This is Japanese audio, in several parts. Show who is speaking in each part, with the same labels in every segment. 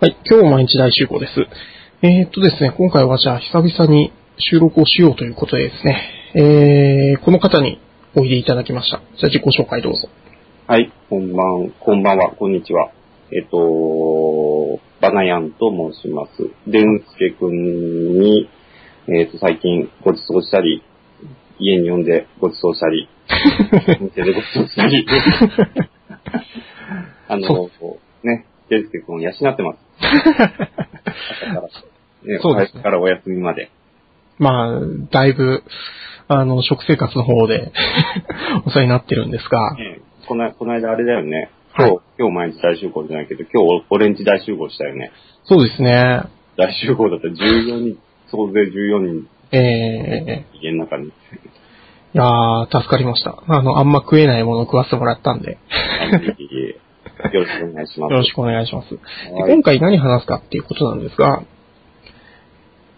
Speaker 1: はい、今日毎日大集合です。えー、っとですね、今回はじゃあ久々に収録をしようということでですね、えー、この方においでいただきました。じゃあ自己紹介どうぞ。
Speaker 2: はい、こんばん、こんばんは、こんにちは。えっと、バナヤンと申します。でんすけくんに、えっと、最近ごちそうしたり、家に呼んでごちそうし たり、お店でごちそうしたり、あの、ね、でんすけくんを養っ てます。朝から、ね、
Speaker 1: そうですね
Speaker 2: お帰りからお休みまで。
Speaker 1: まあ、だいぶ、あの、食生活の方で お世話になってるんですが、
Speaker 2: ねこの、この間あれだよね。
Speaker 1: は
Speaker 2: 今
Speaker 1: い
Speaker 2: 日、今日毎日大集合じゃないけど、今日オレンジ大集合したよね。
Speaker 1: そうですね、
Speaker 2: 大集合だったら14人、総勢14人、
Speaker 1: え
Speaker 2: 家の中
Speaker 1: ー、
Speaker 2: に。
Speaker 1: いやー、助かりました。あの、あんま食えないものを食わせてもらったんで、
Speaker 2: あのいえいえよろしくお願いしま
Speaker 1: よ
Speaker 2: す。
Speaker 1: ろしくお願いします。で
Speaker 2: はい
Speaker 1: 今回何話すかっていうことなんですが、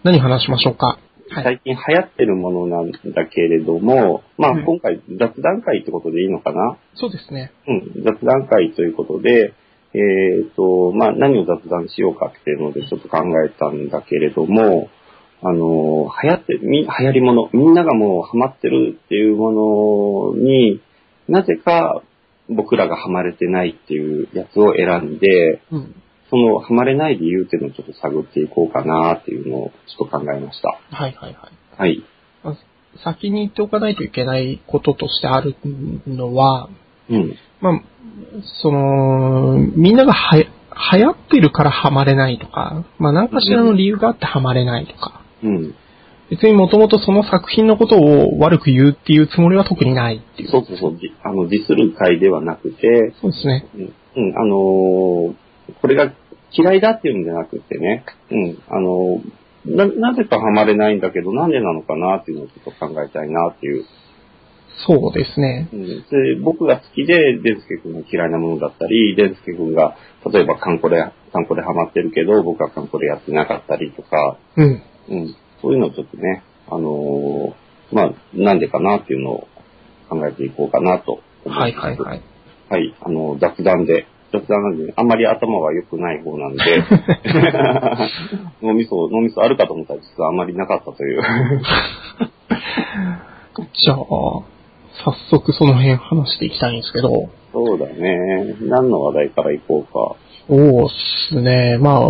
Speaker 1: 何話しましょうかはい。
Speaker 2: 最近流行ってるものなんだけれども、まあ
Speaker 1: はい
Speaker 2: 今回雑談会ってことでいいのかな
Speaker 1: そうですね。
Speaker 2: うん、雑談会ということで、えっ、と、まあ何を雑談しようかっていうのでちょっと考えたんだけれども、あの、流行ってる、み流行りもの、みんながもうハマってるっていうものに、なぜか僕らがハマれてないっていうやつを選んで、
Speaker 1: うん。
Speaker 2: その、ハマれない理由っていうのをちょっと探っていこうかなっていうのをちょっと考えました。
Speaker 1: はいはいはい。
Speaker 2: はい。
Speaker 1: 先に言っておかないといけないこととしてあるのは、
Speaker 2: うん。
Speaker 1: まあ、その、みんながはや流行ってるからハマれないとか、まあ何かしらの理由があってハマれないとか、
Speaker 2: うん。
Speaker 1: 別にもともとその作品のことを悪く言うっていうつもりは特にないっていう。
Speaker 2: そうそうそう。じあの、ディスる会ではなくて、
Speaker 1: そうですね。
Speaker 2: うん、うんあのーこれが嫌いだっていうんじゃなくてね、うん、あのーな、なぜかハマれないんだけど、なんでなのかなっていうのをちょっと考えたいなっていう。
Speaker 1: そうですね。
Speaker 2: うん、で僕が好きで、デンスケ君が嫌いなものだったり、デンスケ君が、例えばカンコレ、カンコレハマってるけど、僕はカンコレやってなかったりとか、
Speaker 1: うん。
Speaker 2: うん、そういうのをちょっとね、あのーまあ、なんでかなっていうのを考えていこうかなと思ます
Speaker 1: はいはいはい。
Speaker 2: はい、あの、雑談で、雑談なんで、あんまり頭は良くない 方なんで、脳みそ、脳みそあるかと思ったら実はあんまりなかったという。
Speaker 1: じゃあ、早速その辺話していきたいんですけど、
Speaker 2: そうだね。何の話題からいこうか。
Speaker 1: そうっすね。まあ、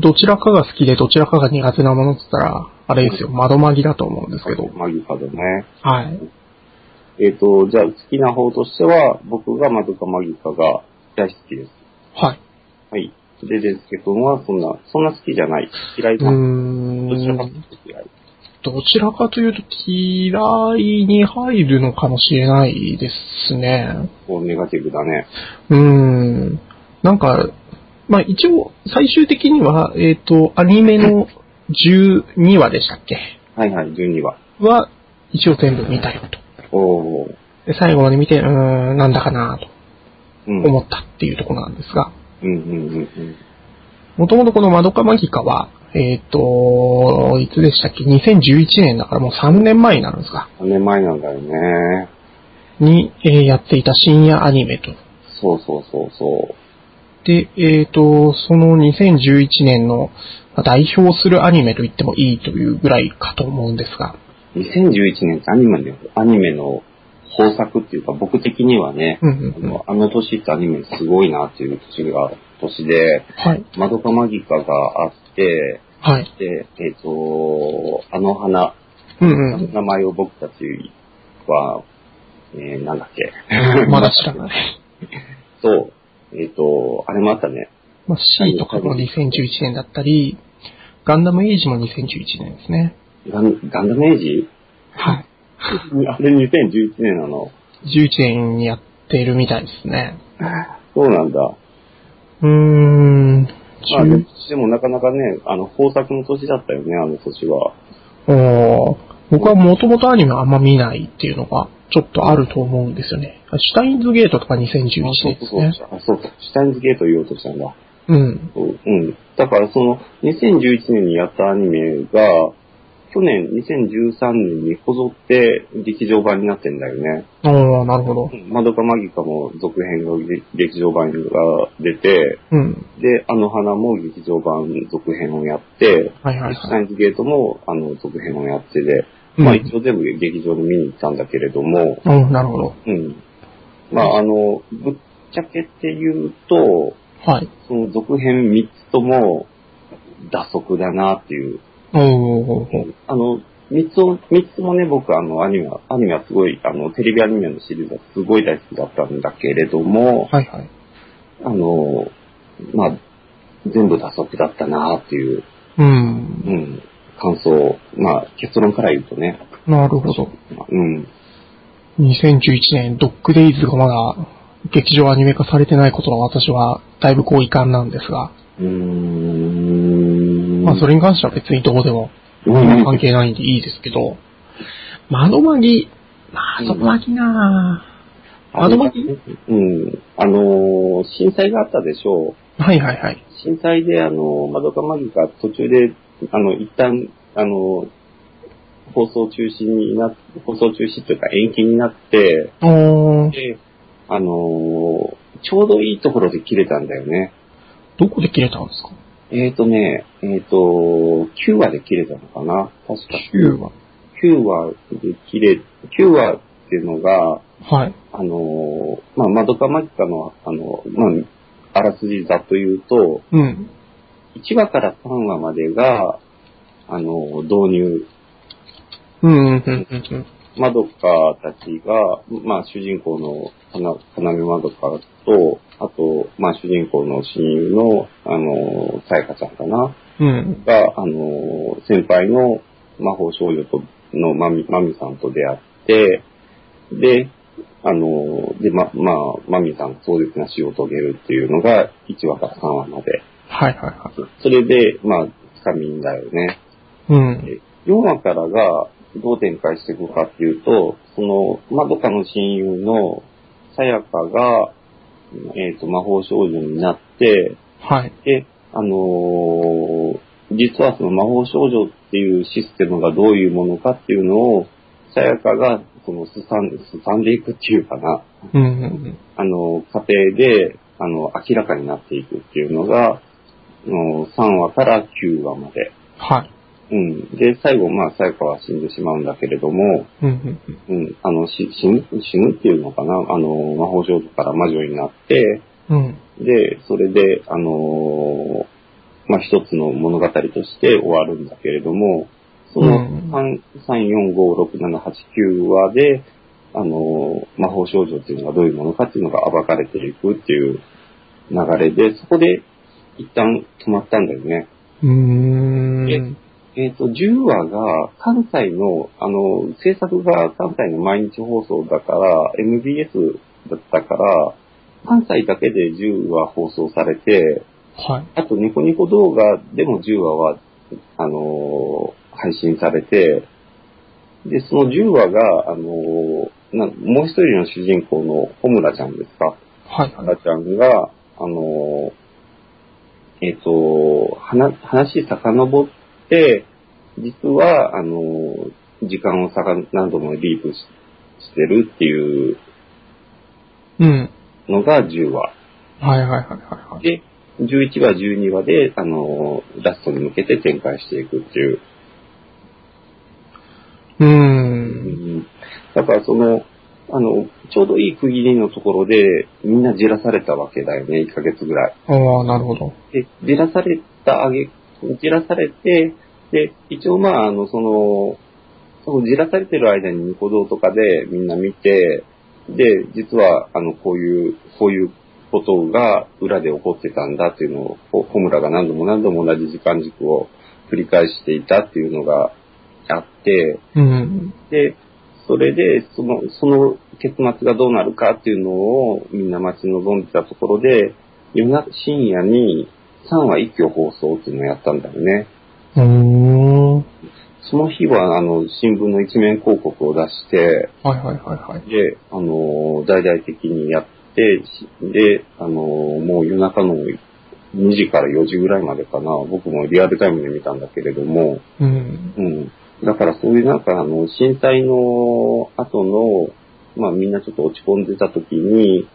Speaker 1: どちらかが好きでどちらかが苦手なものって言ったら、あれですよ、窓紛ぎだと思うんですけど。
Speaker 2: マギカだね。
Speaker 1: はい。
Speaker 2: えっ、と、じゃあ好きな方としては、僕がマドカマギカが大好きです。
Speaker 1: はい。
Speaker 2: はい。で、デンスケ君はそんな、そんな好きじゃない。嫌いうだ。
Speaker 1: ー
Speaker 2: どちらかと
Speaker 1: ん。
Speaker 2: いうと嫌い。
Speaker 1: どちらかというと嫌いに入るのかもしれないですね。
Speaker 2: こう、ネガティブだね。
Speaker 1: うーん。なんか、まあ一応、最終的には、えっ、と、アニメの12話でしたっけ
Speaker 2: はいはい、12話。
Speaker 1: は、一応全部見たよと。
Speaker 2: おー。
Speaker 1: で最後まで見て、うーん、なんだかなと
Speaker 2: うん。うん
Speaker 1: 思ったっていうところなんですが。
Speaker 2: うんうんうん。
Speaker 1: もともとこのマドカマギカは、えっ、と、いつでしたっけ ?2011 年だからもう3年前になるんですか
Speaker 2: 3年前なんだよね。
Speaker 1: に、えーやっていた深夜アニメと。
Speaker 2: そうそうそうそう。
Speaker 1: で、えっ、と、その2011年のまあ代表するアニメと言ってもいいというぐらいかと思うんですが、
Speaker 2: 2011年ってアニメの、アニメの豊作っていうか、僕的にはね、
Speaker 1: うんうん
Speaker 2: あ
Speaker 1: うん。
Speaker 2: のあの年ってアニメすごいなっていう年が、年で、
Speaker 1: はい。
Speaker 2: マドカマギカがあって、
Speaker 1: はい。
Speaker 2: で、えっ、と、あの花、
Speaker 1: うんうん。
Speaker 2: 名前を僕たちは、えー、なんだっけ。
Speaker 1: まだ知らない。
Speaker 2: そう、えっ、と、あれもあったね。
Speaker 1: まあ、C とかも2011年だったり、ガンダムエイジも2011年ですね。
Speaker 2: ガンガンダムエイジ
Speaker 1: はい。
Speaker 2: あれ2011年 なの。
Speaker 1: 11年にやってるみたいですね。
Speaker 2: そうなんだ。
Speaker 1: うーん。
Speaker 2: まあ、
Speaker 1: 11
Speaker 2: ででもなかなかね、あの、豊作の年だったよね、あの年は。
Speaker 1: おー僕はもともとアニメあんま見ないっていうのが、ちょっとあると思うんですよね。シュタインズゲートとか2011
Speaker 2: そう
Speaker 1: 年です
Speaker 2: そう
Speaker 1: ね。
Speaker 2: そう。あ、そうか。シュタインズゲート言おうとしたんだ。
Speaker 1: うん。
Speaker 2: そううん。だからその、2011年にやったアニメが、去年、2013年にこぞって劇場版になってんだよね。
Speaker 1: ああ、なるほど。
Speaker 2: マドカマギカも続編が劇場版が出て、
Speaker 1: うん。
Speaker 2: で、あの花も劇場版続編をやって、
Speaker 1: はいはい
Speaker 2: ス
Speaker 1: は
Speaker 2: タ
Speaker 1: い。
Speaker 2: インズゲートもあの続編をやってで、
Speaker 1: うん
Speaker 2: まあ一応全部劇場で見に行ったんだけれども、
Speaker 1: うん、なるほど。
Speaker 2: うん。まああの、ぶっちゃけて言うと、
Speaker 1: はい。
Speaker 2: その続編3つとも、打足だなっていう。
Speaker 1: おーおーおーおー
Speaker 2: あの、3つを、三つもね、僕あのアニメは、アニメはすごい、あの、テレビアニメのシリーズはすごい大好きだったんだけれども、
Speaker 1: はいはい。
Speaker 2: あの、まあ、全部打足だったなっていう、
Speaker 1: うん
Speaker 2: う。ん、感想、まあ結論から言うとね、
Speaker 1: なるほど。
Speaker 2: うん。
Speaker 1: 2011年、ドッグデイズがまだ劇場アニメ化されてないことの私は、だいぶこう遺憾なんですが、
Speaker 2: うーん。
Speaker 1: まあそれに関しては別にどうでも
Speaker 2: うん、
Speaker 1: 関係ないんでいいですけど、窓マギ、窓マギなぁ。窓マギ
Speaker 2: うん。あのー震災があったでしょう。
Speaker 1: はいはいはい。
Speaker 2: 震災で、あの、マドカマギが途中で、あの、一旦、あの、放送中止にな、放送中止というか延期になって、
Speaker 1: おー、
Speaker 2: で、あの、ちょうどいいところで切れたんだよね。
Speaker 1: どこで切れたんですか
Speaker 2: えーとね、えーと、9話で切れたのかな確か。
Speaker 1: ?9 は。
Speaker 2: 9話で切れ、9話っていうのが、
Speaker 1: はい。
Speaker 2: あの、まあ、マドカマギカの、あの、まあ、あらすじざっと言うと、
Speaker 1: うん。
Speaker 2: 1話から3話までが、あの、導入。
Speaker 1: うん、うん、うん、うん
Speaker 2: マドカたちが、まあ、主人公の、かな、かなめマドカと、あと、まあ、主人公の親友の、あの、さやかちゃんかな、
Speaker 1: うん。うん。
Speaker 2: が、あの、先輩の魔法少女と、のまみ、まみさんと出会って、で、あの、で、ま、まあ、まみさんが壮絶な死を遂げるっていうのが、1話から3話まで。
Speaker 1: はいはいは
Speaker 2: それで、まあ、つかみんだよね。
Speaker 1: い。うん。
Speaker 2: 4話からがどう展開していくかっていうと、その、まどかの親友のさやかが、えっ、と、魔法少女になって、
Speaker 1: はい。
Speaker 2: で、あのー実はその魔法少女っていうシステムがどういうものかっていうのを、さやかが、その、すさん、すさんでいくっていうかな、
Speaker 1: うん、うん
Speaker 2: あの、過程で、あの、明らかになっていくっていうのが、あの3話から9話まで。
Speaker 1: うん。はい。
Speaker 2: うん。で、最後、まあ、さやかは死んでしまうんだけれども、
Speaker 1: うん、うんうん。
Speaker 2: うん、あの、し死ぬ、死ぬっていうのかなあの、魔法少女から魔女になって、
Speaker 1: うん。
Speaker 2: で、それで、あのーまあ、一つの物語として終わるんだけれども、その
Speaker 1: うん
Speaker 2: 3、3、4、5、6、7、8、9話で、あのー魔法少女っていうのがどういうものかっていうのが暴かれていくっていう流れで、そこで一旦止まったんだよね。
Speaker 1: うーん。
Speaker 2: えっ、と、10話が関西の、あの、制作が関西の毎日放送だから、MBS だったから、関西だけで10話放送されて、
Speaker 1: はい。
Speaker 2: あとニコニコ動画でも10話は、あのー配信されて、で、その10話が、あのーなもう一人の主人公の小村ちゃんですか
Speaker 1: はい
Speaker 2: か
Speaker 1: はい。
Speaker 2: なちゃんが、あの、えっ、と、話、話遡って、実は、あの、時間をさか何度もリープししてるっていう
Speaker 1: うん。
Speaker 2: のが10話。
Speaker 1: はいはいはいはいはい。
Speaker 2: で、11話、12話で、あの、ラストに向けて展開していくっていう。
Speaker 1: うー。
Speaker 2: うんんだからその、あの、ちょうどいい区切りのところで、みんなじらされたわけだよね、1ヶ月ぐらい。
Speaker 1: ああ、なるほど。
Speaker 2: で、じらされたあげ、じらされて、で、一応まあ、あの、その、そのじらされてる間にニコ動とかでみんな見て、で、実は、あの、こういう、こういうことが裏で起こってたんだっていうのを、ほ小村が何度も何度も同じ時間軸を繰り返していたっていうのがあって、
Speaker 1: うん。
Speaker 2: で、それで、その、その結末がどうなるかっていうのをみんな待ち望んでたところで、夜な、深夜に3話一挙放送っていうのをやったんだよね。
Speaker 1: うーん。はい
Speaker 2: その日は、あの、新聞の一面広告を出して、
Speaker 1: はいはいはい。
Speaker 2: で、あの、大々的にやって、しで、あの、もう夜中の2時から4時ぐらいまでかな、僕もリアルタイムで見たんだけれども、
Speaker 1: うん。
Speaker 2: うん。だからそういうなんか、あの、震災の後の、まあみんなちょっと落ち込んでた時に、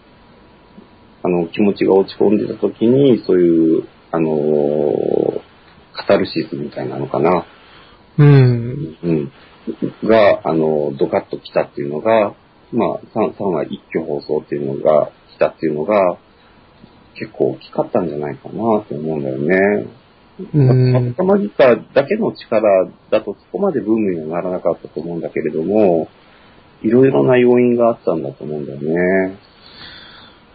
Speaker 2: あの、気持ちが落ち込んでた時に、そういう、あのーカタルシスみたいなのかな、
Speaker 1: うん。
Speaker 2: うん、が、あの、ドカッと来たっていうのが、まあ、3, 3話一挙放送っていうのが来たっていうのが、結構大きかったんじゃないかなって思うんだよね。
Speaker 1: うん。
Speaker 2: たまギターだけの力だとそこまでブームにはならなかったと思うんだけれども、いろいろな要因があったんだと思うんだよね。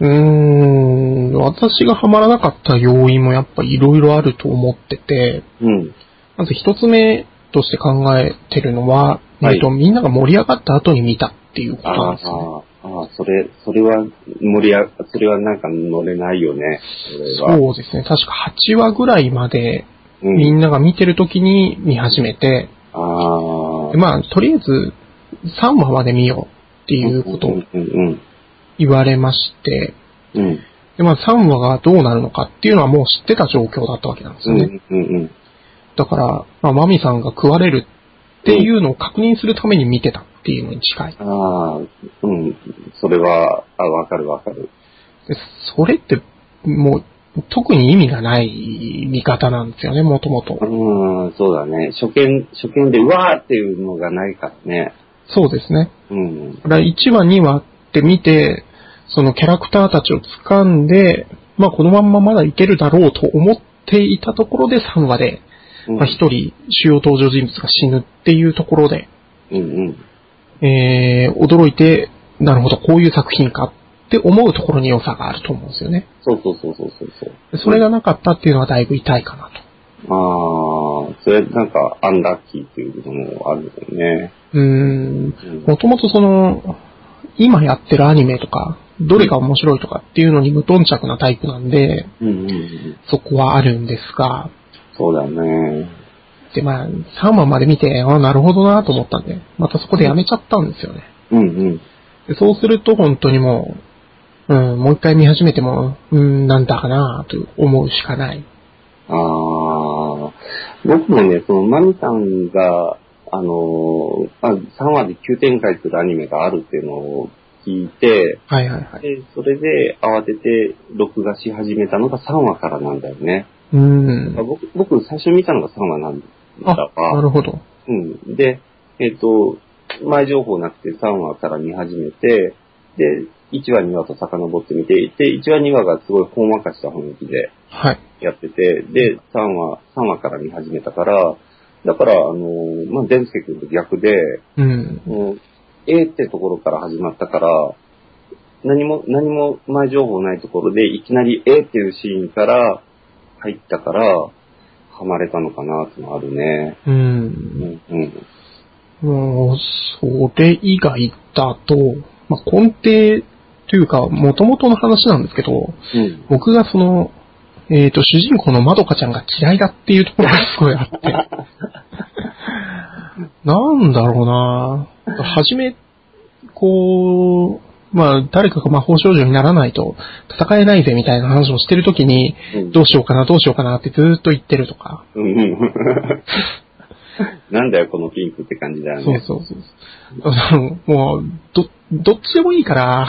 Speaker 1: うん。私がハマらなかった要因もやっぱいろいろあると思ってて、
Speaker 2: うん。
Speaker 1: まず一つ目として考えてるのは、
Speaker 2: はい
Speaker 1: えっと、みんなが盛り上がった後に見たっていうこと
Speaker 2: あ
Speaker 1: なん
Speaker 2: あ
Speaker 1: ですね。、
Speaker 2: ああ、それ、それは盛り上が、それはなんか乗れないよね。それは。
Speaker 1: そうですね。確か8話ぐらいまで
Speaker 2: う
Speaker 1: みん
Speaker 2: ん。
Speaker 1: なが見てる時に見始めて、
Speaker 2: ああ。
Speaker 1: でまあ、とりあえず3話まで見ようっていうこと
Speaker 2: う
Speaker 1: を
Speaker 2: んうん
Speaker 1: 言われまして、
Speaker 2: うん。うん。
Speaker 1: でまあ3話がどうなるのかっていうのはもう知ってた状況だったわけなんです
Speaker 2: う
Speaker 1: よ
Speaker 2: ん
Speaker 1: ね。
Speaker 2: うんうん。
Speaker 1: だから、まあ、マミさんが食われるっていうのを確認するために見てたっていうのに近い。
Speaker 2: ああ、うん。それは、あ、わかるわかる。
Speaker 1: でそれって、もう、特に意味がない見方なんですよね、もともと
Speaker 2: う。ん、そうだね。初見、初見で、うわーっていうのがないからね。
Speaker 1: そうですね。
Speaker 2: うん
Speaker 1: だ。から1話、2話って見て、そのキャラクターたちを掴んで、まあこのまんままだいけるだろうと思っていたところで3話で、
Speaker 2: うん
Speaker 1: まあ1人主要登場人物が死ぬっていうところで、
Speaker 2: うんうん。
Speaker 1: えー、驚いて、なるほど、こういう作品かって思うところに良さがあると思うんですよね。
Speaker 2: そうそうそうそうそうそう。
Speaker 1: それがなかったっていうのはだいぶ痛いかな
Speaker 2: ああ、それなんかアンラッキーっていうのもあるよね。
Speaker 1: と。うーん。
Speaker 2: うん
Speaker 1: もともとその、今やってるアニメとか、どれが面白いとかっていうのに無頓着なタイプなんで、
Speaker 2: うんうんうん。
Speaker 1: そこはあるんですが、
Speaker 2: そうだね。
Speaker 1: で、まあ、3話まで見て、あなるほどなと思ったんで、またそこでやめちゃったんですよね。
Speaker 2: うんうん。
Speaker 1: でそうすると本当にもう、うん、もう一回見始めても、うん、なんだかなと思うしかない。
Speaker 2: ああ、僕もね、そのマミさんが、あのー、まあ、3話で急展開するアニメがあるっていうのを聞いて、
Speaker 1: はいはいはい。
Speaker 2: でそれで慌てて録画し始めたのが3話からなんだよね。
Speaker 1: うん。
Speaker 2: 僕、僕最初見たのが3話なんだ
Speaker 1: あ
Speaker 2: わ、。
Speaker 1: なるほど。
Speaker 2: うん。で、えっ、と、前情報なくて3話から見始めて、で、1話2話と遡ってみて、で、1話2話がすごいほんわかした雰囲気で
Speaker 1: はい。
Speaker 2: やってて、で、3話、3話から見始めたから、だから、あのー、まあ、伝助君と逆で、
Speaker 1: うん。
Speaker 2: もう、えーってところから始まったから、何も、何も前情報ないところで、いきなりえーっていうシーンから入ったから、はまれたのかなってのあるね。
Speaker 1: う。
Speaker 2: うんん、うん。
Speaker 1: もう、それ以外だと、まあ、根底というか、元々の話なんですけど、
Speaker 2: うん。
Speaker 1: 僕がその、えっ、と、主人公のまどかちゃんが嫌いだっていうところがすごいあっ て。なんだろうなはじめ、こう、まあ、誰かが魔法少女にならないと戦えないぜみたいな話をしてるときに、
Speaker 2: うん
Speaker 1: どうしようかな、どうしようかなってずーっと言ってるとか。
Speaker 2: うんうん。なんだよ、このピンクって感じだよ
Speaker 1: そう
Speaker 2: ね。
Speaker 1: そうそう。あのもう、ど、どっちでもいいから、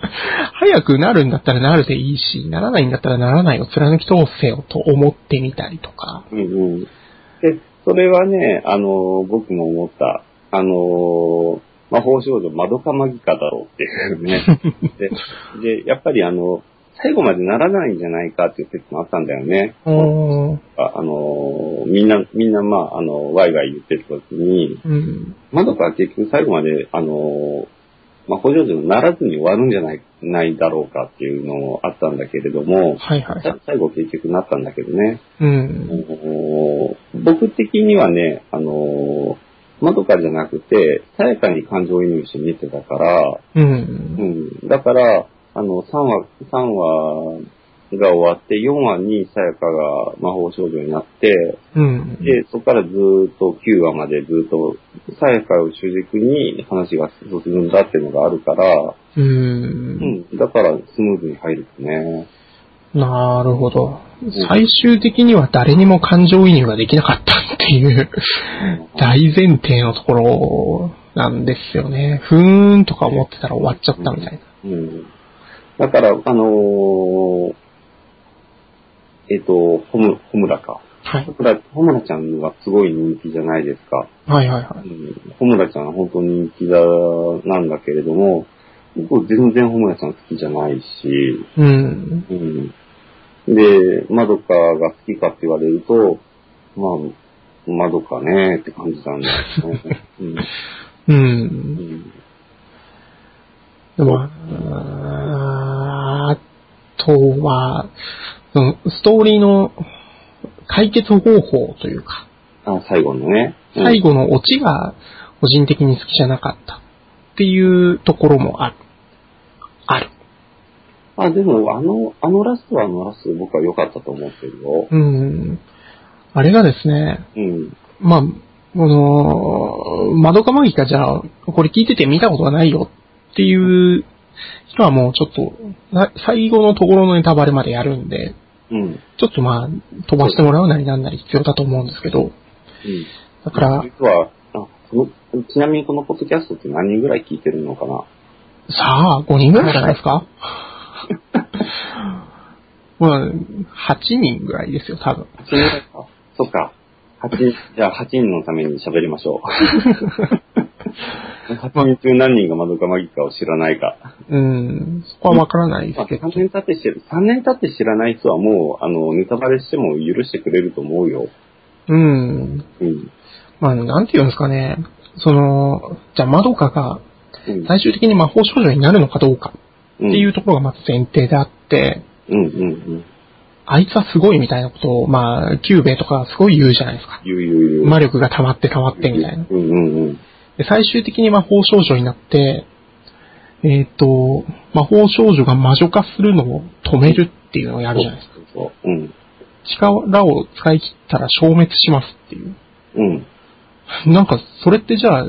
Speaker 1: 早くなるんだったらなるでいいし、ならないんだったらならないを貫き通せよと思ってみたりとか。
Speaker 2: うんうん。で、それはね、あのー、僕も思った。あのー、魔法少女、マドカマギカだろうっていうね。で、でやっぱりあの、最後までならないんじゃないかっていう説もあったんだよね。
Speaker 1: おー
Speaker 2: ああのー、みんな、みんなまあ、あの、ワイワイ言ってる時に、
Speaker 1: うん。
Speaker 2: マドカは結局最後まで、あの、魔法少女にならずに終わるんじゃない、ないだろうかっていうのもあったんだけれども、
Speaker 1: はいはい。
Speaker 2: さ最後結局なったんだけどね。
Speaker 1: う
Speaker 2: あ
Speaker 1: ん。
Speaker 2: の僕的にはね、あの、まどかじゃなくて、さやかに感情移入して見てたから、
Speaker 1: う。
Speaker 2: うんん。だから、あの、3話、三話が終わって、4話にさやかが魔法少女になって、
Speaker 1: うん。
Speaker 2: で、そこからずーっと9話までずーっと、さやかを主軸に話が進むんだっていうのがあるから、
Speaker 1: う。
Speaker 2: うんん。だから、スムーズに入るね。
Speaker 1: なるほど
Speaker 2: ん。
Speaker 1: 最終的には誰にも感情移入ができなかったっっていう、大前提のところなんですよね。ふーんとか思ってたら終わっちゃったみたいな。
Speaker 2: うん。だから、あのーえっ、と、ホム、ホムラか。
Speaker 1: はい
Speaker 2: ホ。ムラ、ホムラちゃんはすごい人気じゃないですか。
Speaker 1: はいはいは
Speaker 2: う
Speaker 1: い。
Speaker 2: ん。ホムラちゃんは本当に人気だ、なんだけれども、僕全然ホムラちゃん好きじゃないし、
Speaker 1: うん。
Speaker 2: うん。で、マドカが好きかって言われると、まあ、マドカねって感じなんです ね。うん。
Speaker 1: う。
Speaker 2: うんん。
Speaker 1: でも、あーあとは、そのストーリーの解決方法というか、
Speaker 2: あ、最後のね。うん
Speaker 1: 最後のオチが個人的に好きじゃなかったっていうところもある。ある。
Speaker 2: あ、でも、あの、あのラストはあのラストで僕は良かったと思ってるよ。
Speaker 1: うん。あれがですね、
Speaker 2: うん。
Speaker 1: まあ、この、窓かマギかじゃあ、これ聞いてて見たことがないよっていう人はもうちょっと、な最後のところのネタバレまでやるんで、
Speaker 2: うん。うん。
Speaker 1: ちょっとまあ、飛ばしてもらうなりなんなり必要だと思うんですけど、だから、
Speaker 2: 実は、あこのちなみにこのポッドキャストって何人ぐらい聞いてるのかな
Speaker 1: さあ、5人ぐらいじゃないですか まあ、8人ぐらいですよ、多分。
Speaker 2: ?8 人ぐらいか。そっか。八じゃあ8人のために喋りまし ょう。8人中何人が窓かマギかを知らないか。
Speaker 1: うん、そこはわからないで
Speaker 2: まあ、
Speaker 1: すけど
Speaker 2: 3。年経って知る、3年経って知らない人はもう、あの、ネタバレしても許してくれると思うよ。
Speaker 1: うん。
Speaker 2: うん。
Speaker 1: まあ、なんて言うんですかね。その、じゃあ、まどかが
Speaker 2: うん。
Speaker 1: 最終的に魔法少女になるのかどうか
Speaker 2: て。
Speaker 1: っていううところがまず前提であって、
Speaker 2: うんうんうん。
Speaker 1: あいつはすごいみたいなことを、まあ、キューベとかすごい言うじゃないですか。
Speaker 2: 言う言う言う。
Speaker 1: 魔力が溜まって溜まってみたいな。
Speaker 2: うんうんうん。
Speaker 1: で最終的に魔法少女になって、えっ、と、魔法少女が魔女化するのを止めるっていうのをやるじゃないですか。
Speaker 2: そうそうそう。うん。
Speaker 1: 力を使い切ったら消滅しますっていう。
Speaker 2: うん。
Speaker 1: なんか、それってじゃあ、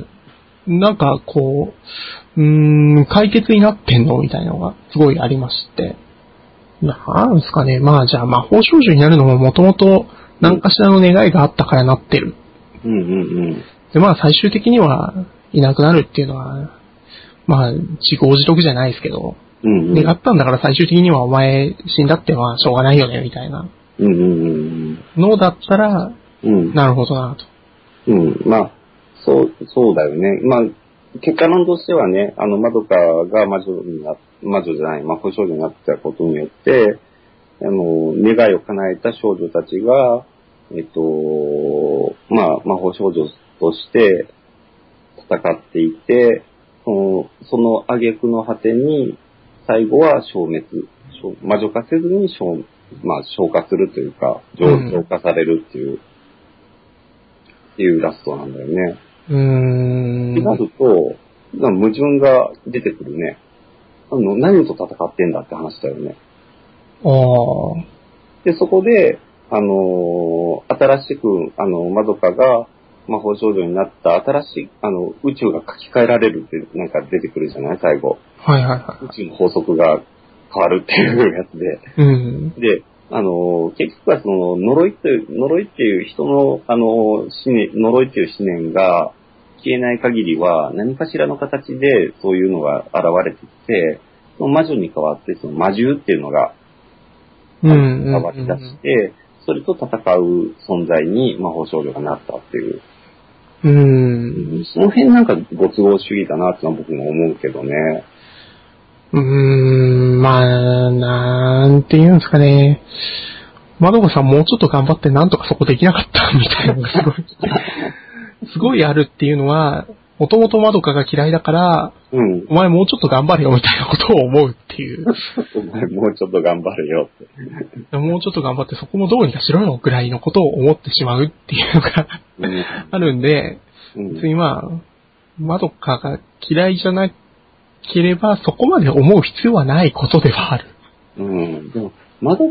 Speaker 1: なんかこう、うーん、解決になってんのみたいなのがすごいありまして。なんすかね、まあじゃあ魔法少女になるのももともと何かしらの願いがあったからなってる。
Speaker 2: うんうん
Speaker 1: で、まあ最終的にはいなくなるっていうのは、まあ自業自得じゃないですけど、
Speaker 2: うん。うんうん。
Speaker 1: 願ったんだから最終的にはお前死んだってはしょうがないよね、みたいな
Speaker 2: うんうん
Speaker 1: のだったら、
Speaker 2: うんうん。
Speaker 1: なるほどなと。
Speaker 2: うん。まあ、そう、そうだよね。まあ、結果論としてはね、あの、まどかが魔女にな、魔女じゃない、魔法少女になったことによって、あの、願いを叶えた少女たちが、えっと、まあ、魔法少女として戦っていて、その、その挙句の果てに、最後は消滅、消魔女化せずに消、まあ、消化するというか、浄
Speaker 1: うん
Speaker 2: 浄化されるっていう、っていうラストなんだよね。
Speaker 1: うーん
Speaker 2: って。なると、なんか矛盾が出てくるね。あの、何と戦ってんだって話だよね。
Speaker 1: ああ。
Speaker 2: で、そこで、あのー新しく、あの、まどかが魔法少女になった新しい、あの、宇宙が書き換えられるってなんか出てくるじゃない最後。
Speaker 1: はいはいは
Speaker 2: 宇宙の法則が変わるっていうやつで。
Speaker 1: い。うん。
Speaker 2: で、あの、結局はその、呪いという、呪いっていう人の、あの、思念、呪いっていう思念が消えない限りは、何かしらの形でそういうのが現れてきて、その魔女に代わって、その魔獣っていうのが
Speaker 1: う
Speaker 2: あ
Speaker 1: ん
Speaker 2: の
Speaker 1: うん。
Speaker 2: 変わり出して、それと戦う存在に魔法少女がなったっていう。
Speaker 1: うん。
Speaker 2: その辺なんかご都合主義だなってのは僕も思うけどね。
Speaker 1: うーん、まあ、なんて言うんですかね。まどこさんもうちょっと頑張ってなんとかそこできなかったみたいなのが すごい、すごいあるっていうのは、もともとまどかが嫌いだから、
Speaker 2: うん。
Speaker 1: お前もうちょっと頑張れよみたいなことを思うっていう。
Speaker 2: お前もうちょっと頑張れよって。
Speaker 1: もうちょっと頑張ってそこもどうにかしろよぐらいのことを思ってしまうっていうのが
Speaker 2: うん
Speaker 1: あるんで、
Speaker 2: うん
Speaker 1: 別にまあ、まどかが嫌いじゃなければそこまで思う必要はないことではある。
Speaker 2: うん。でも、窓、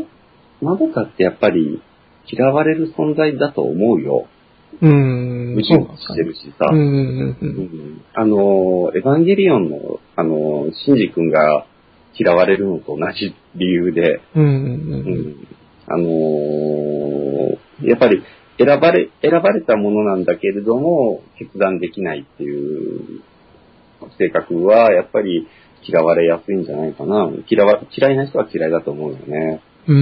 Speaker 2: 窓かってやっぱり嫌われる存在だと思うよ。
Speaker 1: うー
Speaker 2: 無
Speaker 1: ん、そう
Speaker 2: 人
Speaker 1: なんです
Speaker 2: し
Speaker 1: か
Speaker 2: て
Speaker 1: ね。
Speaker 2: るしさ。
Speaker 1: うんうんう
Speaker 2: うんんあの、エヴァンゲリオンの、あの、シンジ君が嫌われるのと同じ理由で、
Speaker 1: うん。うんうん
Speaker 2: うんあのーやっぱり選ばれ、選ばれたものなんだけれども、決断できないっていう性格は、やっぱり嫌われやすいんじゃないかな。嫌わ、嫌いな人は嫌いだと思うよね。
Speaker 1: う。
Speaker 2: うん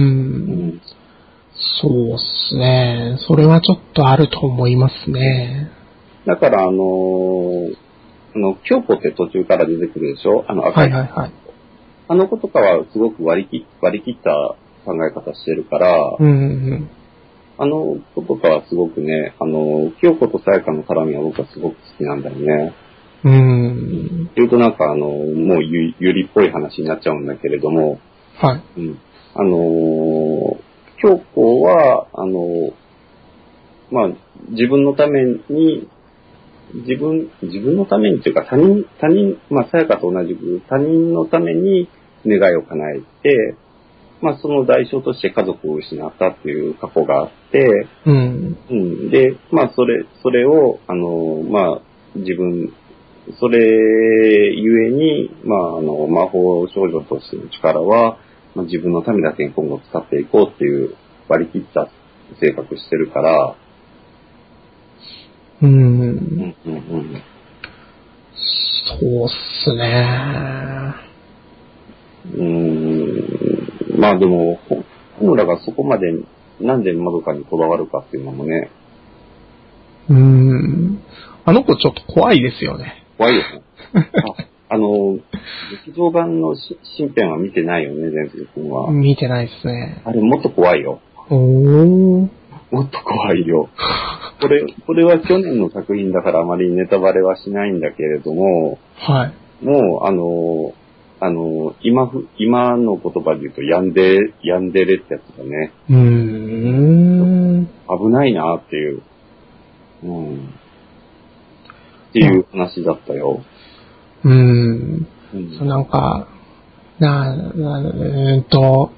Speaker 2: ん。
Speaker 1: そうっすね。それはちょっとあると思いますね。
Speaker 2: だから、あのーあの、京子って途中から出てくるでしょあの赤
Speaker 1: はい
Speaker 2: い、
Speaker 1: はいはい。
Speaker 2: あの子とかはすごく割り切割り切った考え方してるから、
Speaker 1: うんうん
Speaker 2: あの子とかはすごくね、あの、京子とさやかの絡みは僕はすごく好きなんだよね。
Speaker 1: うん。うん。
Speaker 2: 言うとなんかあの、もうゆゆりっぽい話になっちゃうんだけれども、
Speaker 1: はい。
Speaker 2: うん。あのー京子は、あのーまあ、自分のために、自分、自分のためにというか、他人、他人、まあ、さやかと同じく、他人のために願いを叶えて、まあ、その代償として家族を失ったっていう過去があって、
Speaker 1: うん。
Speaker 2: うん。で、まあ、それ、それを、あのーまあ、自分、それゆえに、まあ、あの、魔法少女としての力は、まあ、自分のためだけに今後使っていこうっていう割り切った性格してるから、
Speaker 1: うん。
Speaker 2: んうんうん。
Speaker 1: そうっすね。
Speaker 2: うん、まあでも、ほ小村がそこまで、なんで窓かにこだわるかっていうのもね、
Speaker 1: うん。あの子ちょっと怖いですよね。
Speaker 2: 怖いよ ね。ああの、劇場版のし新編は見てないよね、全然君は。
Speaker 1: 見てないですね。
Speaker 2: あれもっと怖いよ。
Speaker 1: おー。
Speaker 2: もっと怖いよ。これ、これは去年の作品だからあまりネタバレはしないんだけれども、
Speaker 1: はい。
Speaker 2: もう、あの、あの、今ふ、今の言葉で言うと、やんで、やんでれってやつだね。
Speaker 1: うーん。
Speaker 2: 危ないなっていう。うん。っていう話だったよ。
Speaker 1: うん。
Speaker 2: うん
Speaker 1: そうなんか、な、なうーんと、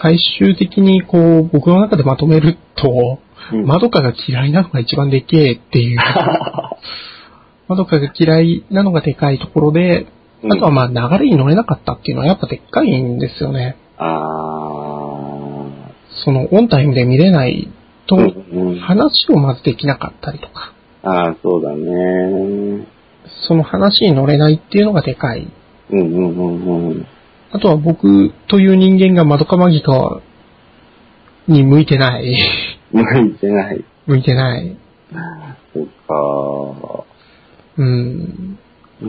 Speaker 1: 最終的にこう、僕の中でまとめると、
Speaker 2: うん
Speaker 1: まどかが嫌いなのが一番でけえって いう、まどかが嫌いなのがでかいところで、
Speaker 2: うん
Speaker 1: あとはまあ流れに乗れなかったっていうのはやっぱでっかいんですよね。
Speaker 2: あ
Speaker 1: そのオンタイムで見れない
Speaker 2: ー
Speaker 1: と、
Speaker 2: うんうん
Speaker 1: 話をまずできなかったりとか、
Speaker 2: あー、そうだね。
Speaker 1: その話に乗れないっていうのがでかい。
Speaker 2: うんうんうんうん。
Speaker 1: あとは僕という人間がマドカマギカに向いてない。
Speaker 2: 向いてない。
Speaker 1: 向いてない。
Speaker 2: そっか。
Speaker 1: うん。
Speaker 2: うー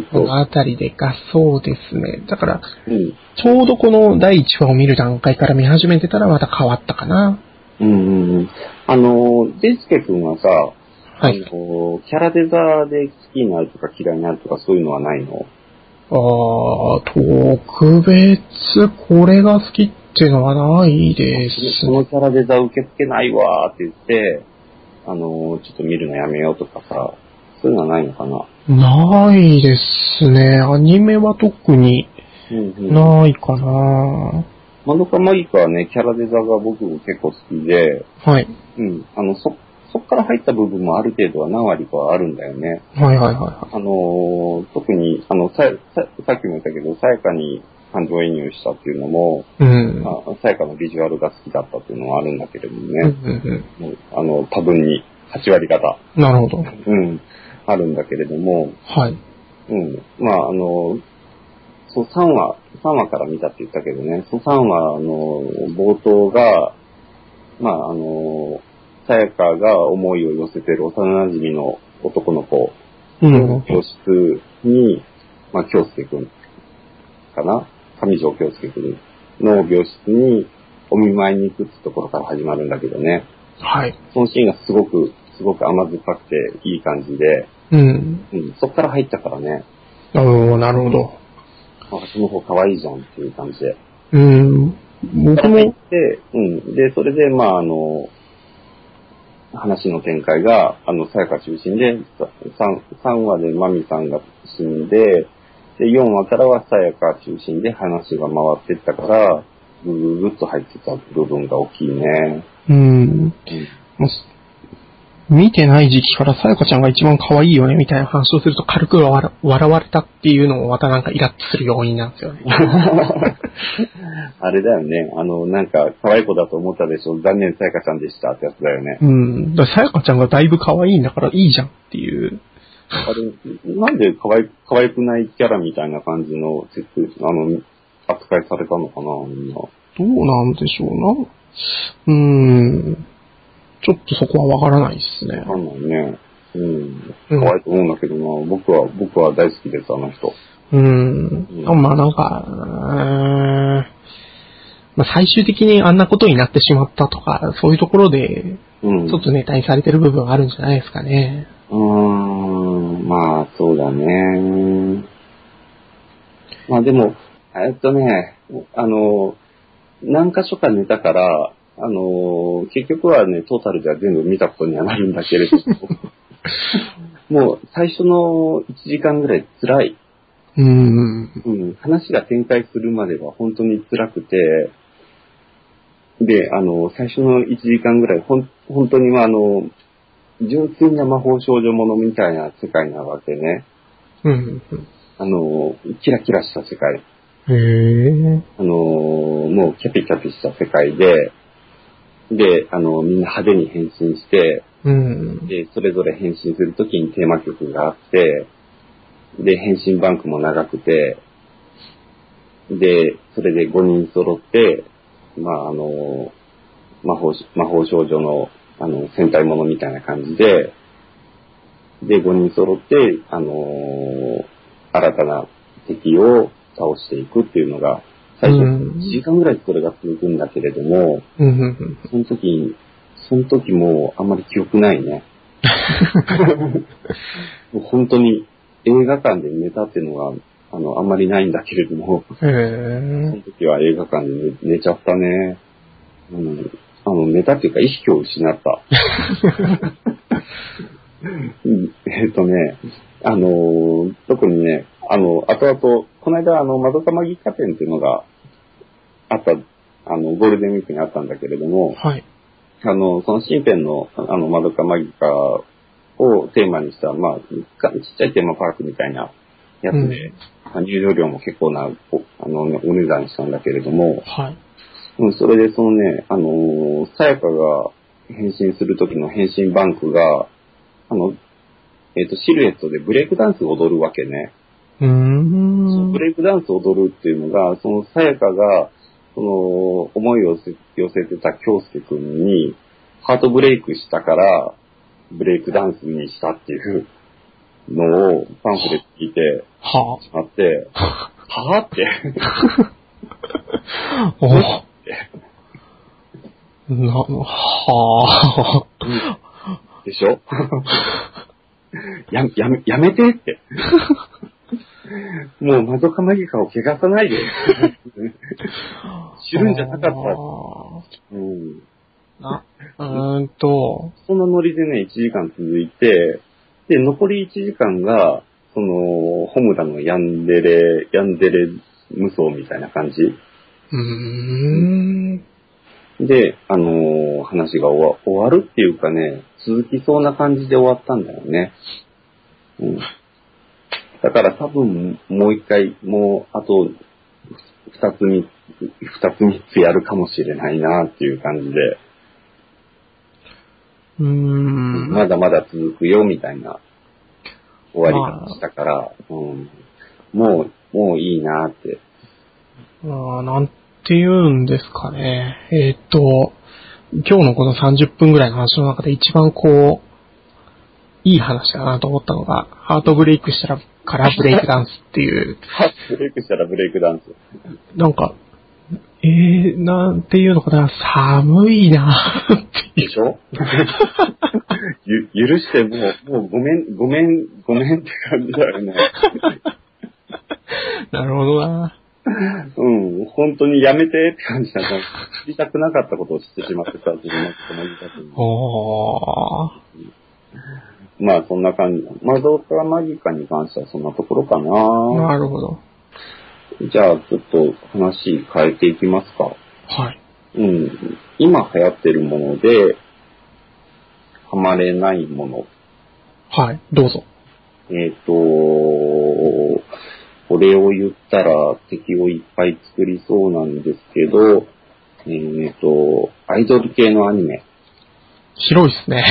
Speaker 2: ん
Speaker 1: ことの、あたりでかそうですね。だから、
Speaker 2: うん。
Speaker 1: ちょうどこの第1話を見る段階から見始めてたらまた変わったかな。
Speaker 2: うんうんうん。あの、デイスケ君はさ、
Speaker 1: は
Speaker 2: あ
Speaker 1: い。
Speaker 2: のキャラデザで好きになるとか嫌いになるとかそういうのはないの
Speaker 1: あー、特別これが好きっていうのはないです
Speaker 2: そ
Speaker 1: ね。
Speaker 2: のキャラデザ受け付けないわーって言って、あの、ちょっと見るのやめようとかさ、そういうのはないのかな
Speaker 1: ないですね。アニメは特に
Speaker 2: うんうん。
Speaker 1: ないかな。
Speaker 2: マドカマギカはね、キャラデザが僕も結構好きで、
Speaker 1: はい。
Speaker 2: うん。あの、そ、そっから入った部分もある程度は何割かはあるんだよね。
Speaker 1: はいはいはいは
Speaker 2: あのー特に、あの、さ、ささっきも言ったけど、さやかに感情移入したっていうのも、
Speaker 1: い。うん。
Speaker 2: あさやかのビジュアルが好きだったっていうのはあるんだけれども
Speaker 1: うんう
Speaker 2: ね、
Speaker 1: ん
Speaker 2: もうあの、多分に8割方、
Speaker 1: うんなるほど。
Speaker 2: うん、あるんだけれども、
Speaker 1: はい。
Speaker 2: うん、まあ、あのーそう3話、三話から見たって言ったけどね、そう3話、あのー冒頭が、まあ、あのーさやかが思いを寄せてる幼馴染の男の子、
Speaker 1: うん。
Speaker 2: 教室に、まあ、京介くんかな上条京介くんの病室にお見舞いに行くってところから始まるんだけどね。
Speaker 1: はい。
Speaker 2: そのシーンがすごく、すごく甘酸っぱくていい感じで、
Speaker 1: うん。
Speaker 2: うん、そっから入ったからね、
Speaker 1: おー、なるほど。
Speaker 2: あ、その方可愛いじゃんっていう感じで。
Speaker 1: うん。僕
Speaker 2: 入っ
Speaker 1: も、
Speaker 2: て、うん。で、それで、まあ、あの、話の展開が、あの、さやか中心で、3, 三話でまみさんが死んで、で、4話からはさやか中心で話が回ってったから、ぐぐぐっと入ってた部分が大きいね。
Speaker 1: うん。
Speaker 2: うん
Speaker 1: もうす見てない時期からさやかちゃんが一番可愛いよねみたいな話をすると軽く笑笑われたっていうのもまたなんかイラッとする要因なんですよね。
Speaker 2: あれだよね。あの、なんか、可愛い子だと思ったでしょ。残念、さやかちゃんでしたってやつだよ ね。
Speaker 1: うん。だからさやかちゃんがだいぶ可愛いんだからいいじゃんっていう。
Speaker 2: あれ、なんで可愛い可愛くないキャラみたいな感じの、せつあの、扱いされたのかな、みんな。
Speaker 1: どうなんでしょうな。うーん。ちょっとそこはわからないですね。
Speaker 2: わかんないね。うん。
Speaker 1: うん
Speaker 2: 可愛いと思うんだけどな。僕は、僕は大好きです、あの人。
Speaker 1: うん。まあなんか、うーんまあ最終的にあんなことになってしまったとか、そういうところで、
Speaker 2: うん。
Speaker 1: ちょっとネタにされてる部分があるんじゃないですかね。
Speaker 2: うーん、まあ、そうだね。まあでも、えっとね、あの、何箇所か寝たから、あの、結局はね、トータルでは全部見たことにはなるんだけれども、 もう最初の1時間ぐらい辛い。
Speaker 1: うん。
Speaker 2: うん、話が展開するまでは本当に辛くて、で、あの、最初の1時間ぐらい、ほん、本当にまあ、あの、純粋な魔法少女ものみたいな世界なわけね。
Speaker 1: うん。
Speaker 2: あの、キラキラした世界。
Speaker 1: へえ。
Speaker 2: あの、もうキャピキャピした世界で、で、あの、みんな派手に変身して、
Speaker 1: うん。
Speaker 2: で、それぞれ変身するときにテーマ曲があって、で、変身バンクも長くて、で、それで5人揃って、まあ、あの、魔法、魔法少女の、あの、戦隊ものみたいな感じで、で、5人揃って、あの、新たな敵を倒していくっていうのが、最初、
Speaker 1: うん
Speaker 2: 1時間ぐらいそれが続くんだけれども、
Speaker 1: うん。
Speaker 2: その時に、その時もうあんまり記憶ないね。もう本当に映画館で寝たっていうのが、あの、あんまりないんだけれども、
Speaker 1: へ
Speaker 2: そ
Speaker 1: え
Speaker 2: の。時は映画館で寝寝ちゃったね。うん。あの、寝たっていうか意識を失った。 うんえっとね、あのー特にね、あの、後々、この間、あの、まどかまぎか店っていうのがあった、あの、ゴールデンウィークにあったんだけれども、
Speaker 1: はい。
Speaker 2: あの、その新編の、あの、まどかマギカをテーマにした、まあ、かちっちゃいテーマパークみたいなやつで、まあ入場料も結構な、おあの、お値段したんだけれども、
Speaker 1: はい。
Speaker 2: うん、それでそのね、あのーさやかが変身する時の変身バンクが、あの、えっ、と、シルエットでブレイクダンスを踊るわけね。
Speaker 1: うーん
Speaker 2: ブ。レイクダンスを踊るっていうのが、そのさやかが、その、思いを寄せ寄せてた京介くんに、ハートブレイクしたから、ブレイクダンスにしたっていうのをパンフレット聞いて
Speaker 1: は
Speaker 2: しまって、はぁって、
Speaker 1: あ。おな、はあ。
Speaker 2: でしょや、やめ、やめてって。もう、まどかまぎかを汚 さないで。知るんじゃなかった。
Speaker 1: た。
Speaker 2: うん
Speaker 1: な、うーんと、
Speaker 2: そのノリでね、1時間続いて、で、残り1時間が、その、ホムダのヤンデレ、ヤンデレ無双みたいな感じ
Speaker 1: うーん。
Speaker 2: で、あのー話が終わ終わるっていうかね、続きそうな感じで終わったんだよね。うん。だから多分、もう一回、もう、あと、二つ三つ、二つ三つやるかもしれないなっていう感じで、
Speaker 1: うーん。
Speaker 2: まだまだ続くよ、みたいな終わり方したから、うん、もう、もういいなって。
Speaker 1: あーなんて言うんですかね。えーっと、今日のこの30分ぐらいの話の中で一番こう、いい話だなと思ったのが、ハートブレイクしたらからブレイクダンスっていう、
Speaker 2: ブレイクしたらブレイクダンス。
Speaker 1: なんか、えー、なんていうのかな、寒いなってい
Speaker 2: でしょゆ許して、もう、もうごめん、ごめん、ごめんって感じだよね。
Speaker 1: う。なるほどな。
Speaker 2: うん、本当にやめてって感じだから、知りたくなかったことを知ってしまってさ、自分のことも言いたくない
Speaker 1: おー。
Speaker 2: まあ、そんな感じ。まあ、どうかマギカに関してはそんなところかな。
Speaker 1: なるほど。
Speaker 2: じゃあ、ちょっと話変えていきますか。
Speaker 1: はい。
Speaker 2: うん、今流行ってるもので、はまれないもの。
Speaker 1: はい、どうぞ。
Speaker 2: えっ、と、これを言ったら敵をいっぱい作りそうなんですけど、えっ、と、アイドル系のアニメ。
Speaker 1: 広いですね。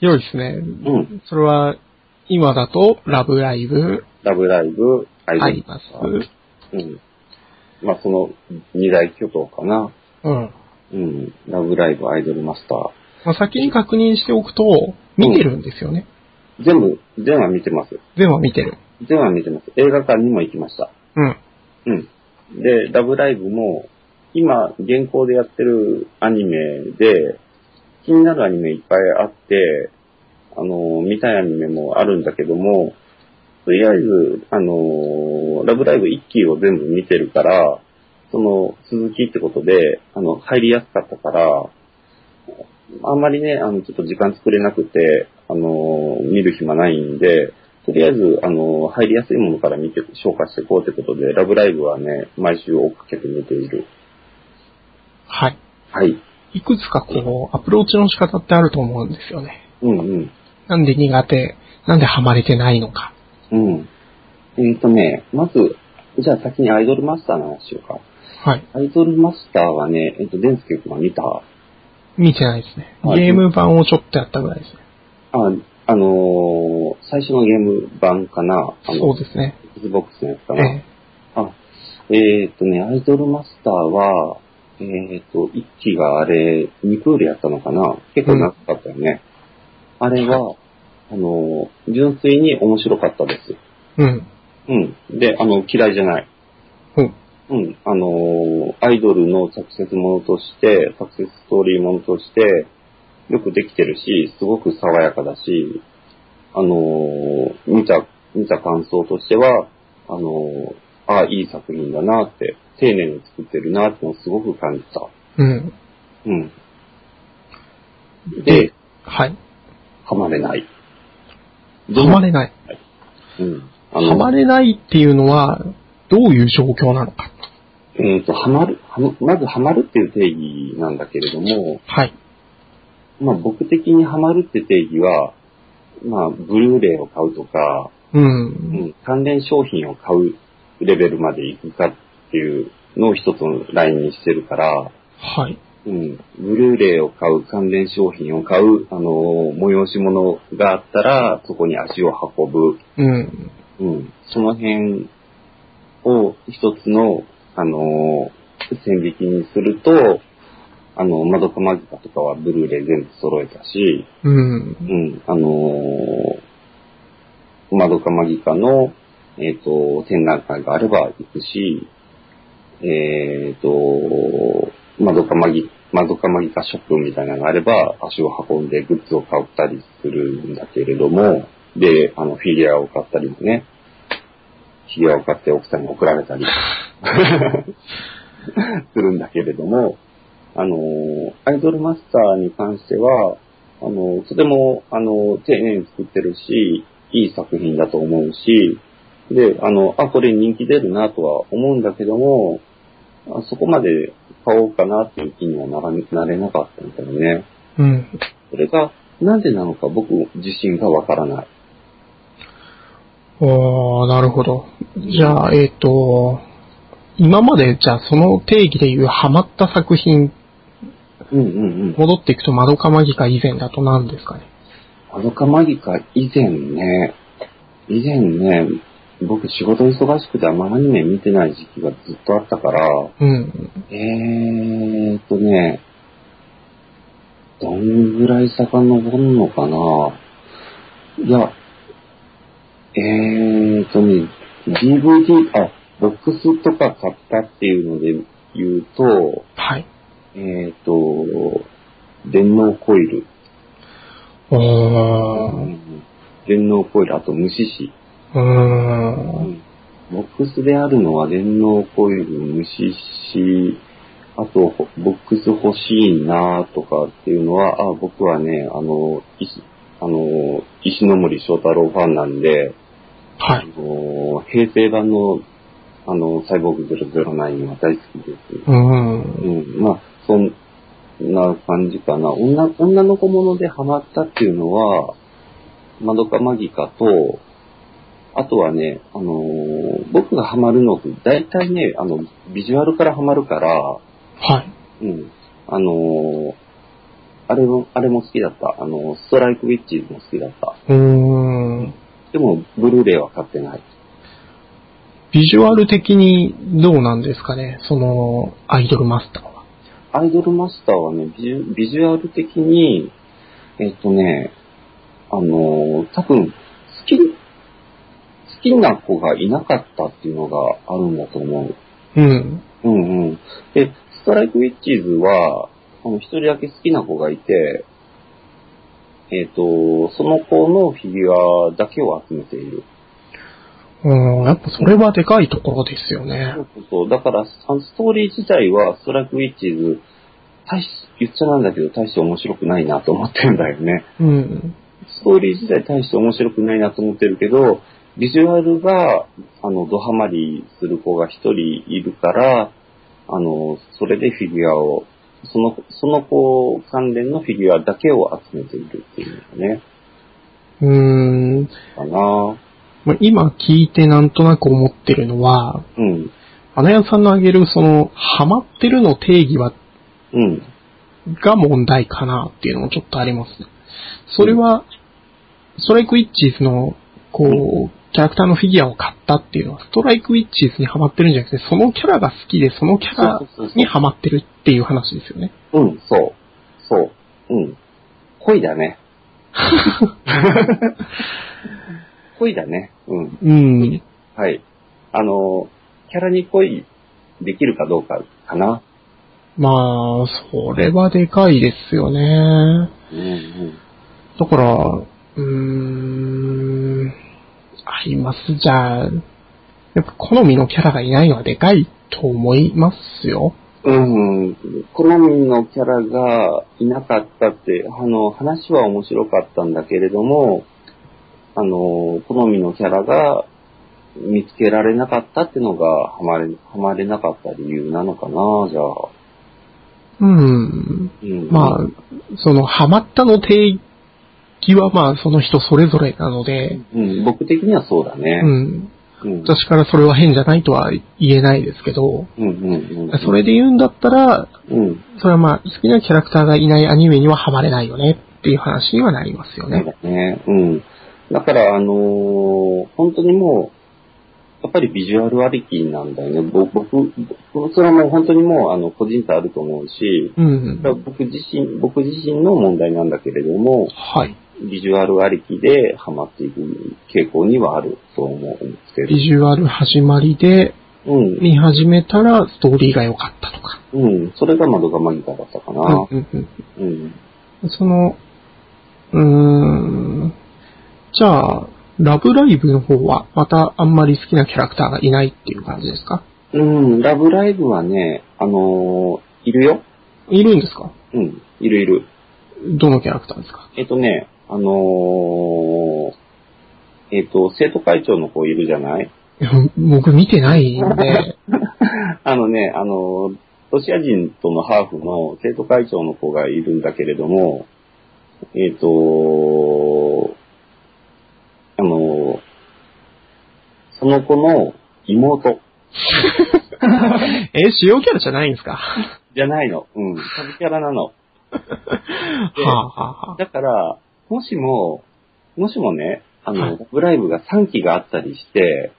Speaker 1: 広いですね。
Speaker 2: うん。
Speaker 1: それは、今だと、ラブライブ、
Speaker 2: ラブライブ、アイド
Speaker 1: ア
Speaker 2: ル
Speaker 1: イ。マス。
Speaker 2: うん。まあ、その二大巨頭かな。
Speaker 1: うん。
Speaker 2: うん。ラブライブ、アイドルマスター。
Speaker 1: まあ、先に確認しておくと、見てるんですよね。
Speaker 2: 全部、全話見てます。
Speaker 1: 全話見てる。
Speaker 2: 全話見てます。映画館にも行きました。
Speaker 1: うん。
Speaker 2: うん。で、ラブライブも、今、現行でやってるアニメで、気になるアニメいっぱいあって、あの、見たいアニメもあるんだけども、とりあえず、あの、ラブライブ1期を全部見てるから、その、続きってことで、あの、入りやすかったから、あんまりね、あの、ちょっと時間作れなくて、あの、見る暇ないんで、とりあえず、あの、入りやすいものから見て、消化していこうってことで、ラブライブはね、毎週追っかけて見ている。
Speaker 1: はい。
Speaker 2: はい。
Speaker 1: いくつかこう、アプローチの仕方ってあると思うんですよね。
Speaker 2: うんうん。
Speaker 1: なんで苦手、なんでハマれてないのか。
Speaker 2: うん。えっ、とね、まず、じゃあ先にアイドルマスターの話しようか。
Speaker 1: はい。
Speaker 2: アイドルマスターはね、えっ、と、デンスケ君は見た
Speaker 1: 見てないですね。
Speaker 2: はい
Speaker 1: ゲーム版をちょっとやったぐらいですね。
Speaker 2: あ、あのー最初のゲーム版かなあ
Speaker 1: そ
Speaker 2: の、
Speaker 1: うですね。
Speaker 2: Xbox のやつか
Speaker 1: え
Speaker 2: な、
Speaker 1: え。
Speaker 2: あ、えっ、とね、アイドルマスターは、えっ、と、一期があれ、2クールやったのかな結構長かったよね。あれは、あの、純粋に面白かったです。
Speaker 1: うん。
Speaker 2: うん。で、あの、嫌いじゃない。
Speaker 1: うん。
Speaker 2: うん。あの、アイドルのサクセスものとして、サクセスストーリーものとして、よくできてるし、すごく爽やかだし、あの、見た、見た感想としては、あの、あいい作品だなって、丁寧に作ってるなってのをすごく感じた。
Speaker 1: うん。
Speaker 2: うん。で、
Speaker 1: はい。
Speaker 2: ハマれない。
Speaker 1: ハマれない。
Speaker 2: うん。あ
Speaker 1: ハ
Speaker 2: の
Speaker 1: マれないっていうのは、どういう状況なのか。
Speaker 2: えっ、と、ハマる、はまずハマるっていう定義なんだけれども、
Speaker 1: はい。
Speaker 2: まあ僕的にハマるって定義は、まあ、ブルーレイを買うとか、
Speaker 1: う。
Speaker 2: うんん、関連商品を買うレベルまでいくかっていうのを一つのラインにしてるから、
Speaker 1: はい。
Speaker 2: うん、ブルーレイを買う、関連商品を買う、あのー催し物があったら、そこに足を運ぶ、
Speaker 1: うん。
Speaker 2: うん、その辺を一つの、あのー線引きにすると、あの、窓かマギカとかはブルーレイ全部揃えたし、
Speaker 1: うん。
Speaker 2: うん、あのー、窓かマギカの、えっ、と、展覧会があれば行くし、えっ、と、窓かマギ、窓かマギカショップみたいなのがあれば足を運んでグッズを買ったりするんだけれども、で、あの、フィギュアを買ったりもね、フィギュアを買って奥さんに怒られたり するんだけれども、あのー、アイドルマスターに関しては、あの、とても、あの、丁寧に作ってるし、いい作品だと思うし、で、あの、あ、これ人気出るなとは思うんだけども、あそこまで買おうかなっていう気にはならなれなかったんだよね。
Speaker 1: うん。
Speaker 2: それが、なんでなのか僕自身がわからない。
Speaker 1: おー、なるほど。じゃあ、えっ、と、今まで、じゃあその定義でいうハマった作品、
Speaker 2: うんうんうん。
Speaker 1: 戻っていくと、窓かマギか以前だと何ですかね。
Speaker 2: アドカマギカ以前ね、以前ね、僕仕事忙しくてあんまアニメ見てない時期がずっとあったから、
Speaker 1: うん。
Speaker 2: えーっとね、どんぐらい遡るのかないや、えーっとね、DVD、あ、ボックスとか買ったっていうので言うと、
Speaker 1: はい。
Speaker 2: えーっと、電脳コイル。
Speaker 1: おー。
Speaker 2: 電脳コイル、あと虫師。
Speaker 1: うーん。
Speaker 2: ボックスであるのは電脳コイル、虫し、あと、ほボックス欲しいなとかっていうのは、あ僕はね、あの、石、あの、石ノ森章太郎ファンなんで、
Speaker 1: は
Speaker 2: あ
Speaker 1: い。
Speaker 2: の平成版の、あの、サイボーグ009は大好きです。
Speaker 1: うーん。
Speaker 2: うん、まあ、そんなな感じかな。女、女の子ものでハマったっていうのは、マドカマギカと、あとはね、あのー僕がハマるのって大体ね、あの、ビジュアルからハマるから、
Speaker 1: はい。
Speaker 2: うん。あのーあれも、あれも好きだった。あの、ストライクウィッチも好きだった。
Speaker 1: うーん。
Speaker 2: でも、ブルーレイは買ってない。
Speaker 1: ビジュアル的にどうなんですかねその、アイドルマスターは。
Speaker 2: アイドルマスターはね、ビジュビジュアル的に、えっとね、あのー、多分、好き、好きな子がいなかったっていうのがあるんだと思う。
Speaker 1: うん。
Speaker 2: うんうん。で、ストライクウィッチーズは、あの、一人だけ好きな子がいて、えっ、と、その子のフィギュアだけを集めている。
Speaker 1: うん、やっぱそれはでかいところですよね
Speaker 2: そ。うそうそう。だから、あのストーリー自体は、ストライクウィッチーズ、大し、言っちゃなんだけど、大して面白くないなと思ってるんだよね。
Speaker 1: うん。
Speaker 2: ストーリー自体大して面白くないなと思ってるけど、ビジュアルが、あの、ドハマりする子が一人いるから、あの、それでフィギュアを、その、その子関連のフィギュアだけを集めているっていうのがね、
Speaker 1: うーん。
Speaker 2: かな
Speaker 1: まあ今聞いてなんとなく思ってるのは、
Speaker 2: うん。
Speaker 1: 花屋さんのあげるその、ハマってるの定義は、
Speaker 2: うん。
Speaker 1: が問題かなっていうのもちょっとありますね。それは、ストライクウィッチーズの、こう、キャラクターのフィギュアを買ったっていうのは、ストライクウィッチーズにハマってるんじゃなくて、そのキャラが好きで、そのキャラ
Speaker 2: そうそうそうそう
Speaker 1: にハマってるっていう話ですよね。
Speaker 2: うん、そう。そう。うん。恋 だね。恋だね。うん。
Speaker 1: うん。
Speaker 2: はい。あの、キャラに恋できるかどうかかな。
Speaker 1: まあ、それはでかいですよね。
Speaker 2: うんうん。
Speaker 1: だから、うーん、あります。じゃあ、やっぱ好みのキャラがいないのはでかいと思いますよ。
Speaker 2: うん、好みのキャラがいなかったって、あの、話は面白かったんだけれども、あの、好みのキャラが見つけられなかったってのが、ハマれ、ハマれなかった理由なのかな、じゃあ。
Speaker 1: うん。
Speaker 2: うん。
Speaker 1: まあ、その、ハマったの定義はまあ、その人それぞれなので、
Speaker 2: うん、僕的にはそうだ
Speaker 1: う
Speaker 2: ね。
Speaker 1: ん。
Speaker 2: うん。
Speaker 1: 私からそれは変じゃないとは言えないですけど、
Speaker 2: うんうんうん。
Speaker 1: それで言うんだったら、
Speaker 2: うん。
Speaker 1: それはまあ、好きなキャラクターがいないアニメにはハマれないよねっていう話にはなりますよ
Speaker 2: そう
Speaker 1: ね。
Speaker 2: だね。うん。だから、あのー本当にもう、やっぱりビジュアルありきなんだよね。ぼ僕、僕それはもう本当にもう、あの、個人差あると思うし、
Speaker 1: うん。
Speaker 2: 僕自身、僕自身の問題なんだけれども、
Speaker 1: はい。
Speaker 2: ビジュアルありきでハマっていく傾向にはあると思うんですけ
Speaker 1: ビジュアル始まりで
Speaker 2: ど。うん。
Speaker 1: 見始めたらストーリーが良かったとか。
Speaker 2: うん。それが窓がマギカだったかな。
Speaker 1: うんうん
Speaker 2: うん。
Speaker 1: うん、その、うーん、じゃあ、ラブライブの方はまたあんまり好きなキャラクターがいないっていう感じですか
Speaker 2: うん。ラブライブはね、あのーいるよ。
Speaker 1: いるんですか
Speaker 2: うん。いるいる。
Speaker 1: どのキャラクターですか
Speaker 2: えっとね、あのーえっと、生徒会長の子いるじゃない
Speaker 1: いや 僕見てないんで、
Speaker 2: あのね、あのーロシア人とのハーフの生徒会長の子がいるんだけれども、えっとあのーその子の妹
Speaker 1: え、主要キャラじゃないんですか は
Speaker 2: じゃないの。うん、サブキャラなの。
Speaker 1: あ、はあはあ、
Speaker 2: だから、もしも、もしもね、あの、
Speaker 1: はい
Speaker 2: ラブライブが3期があったりして、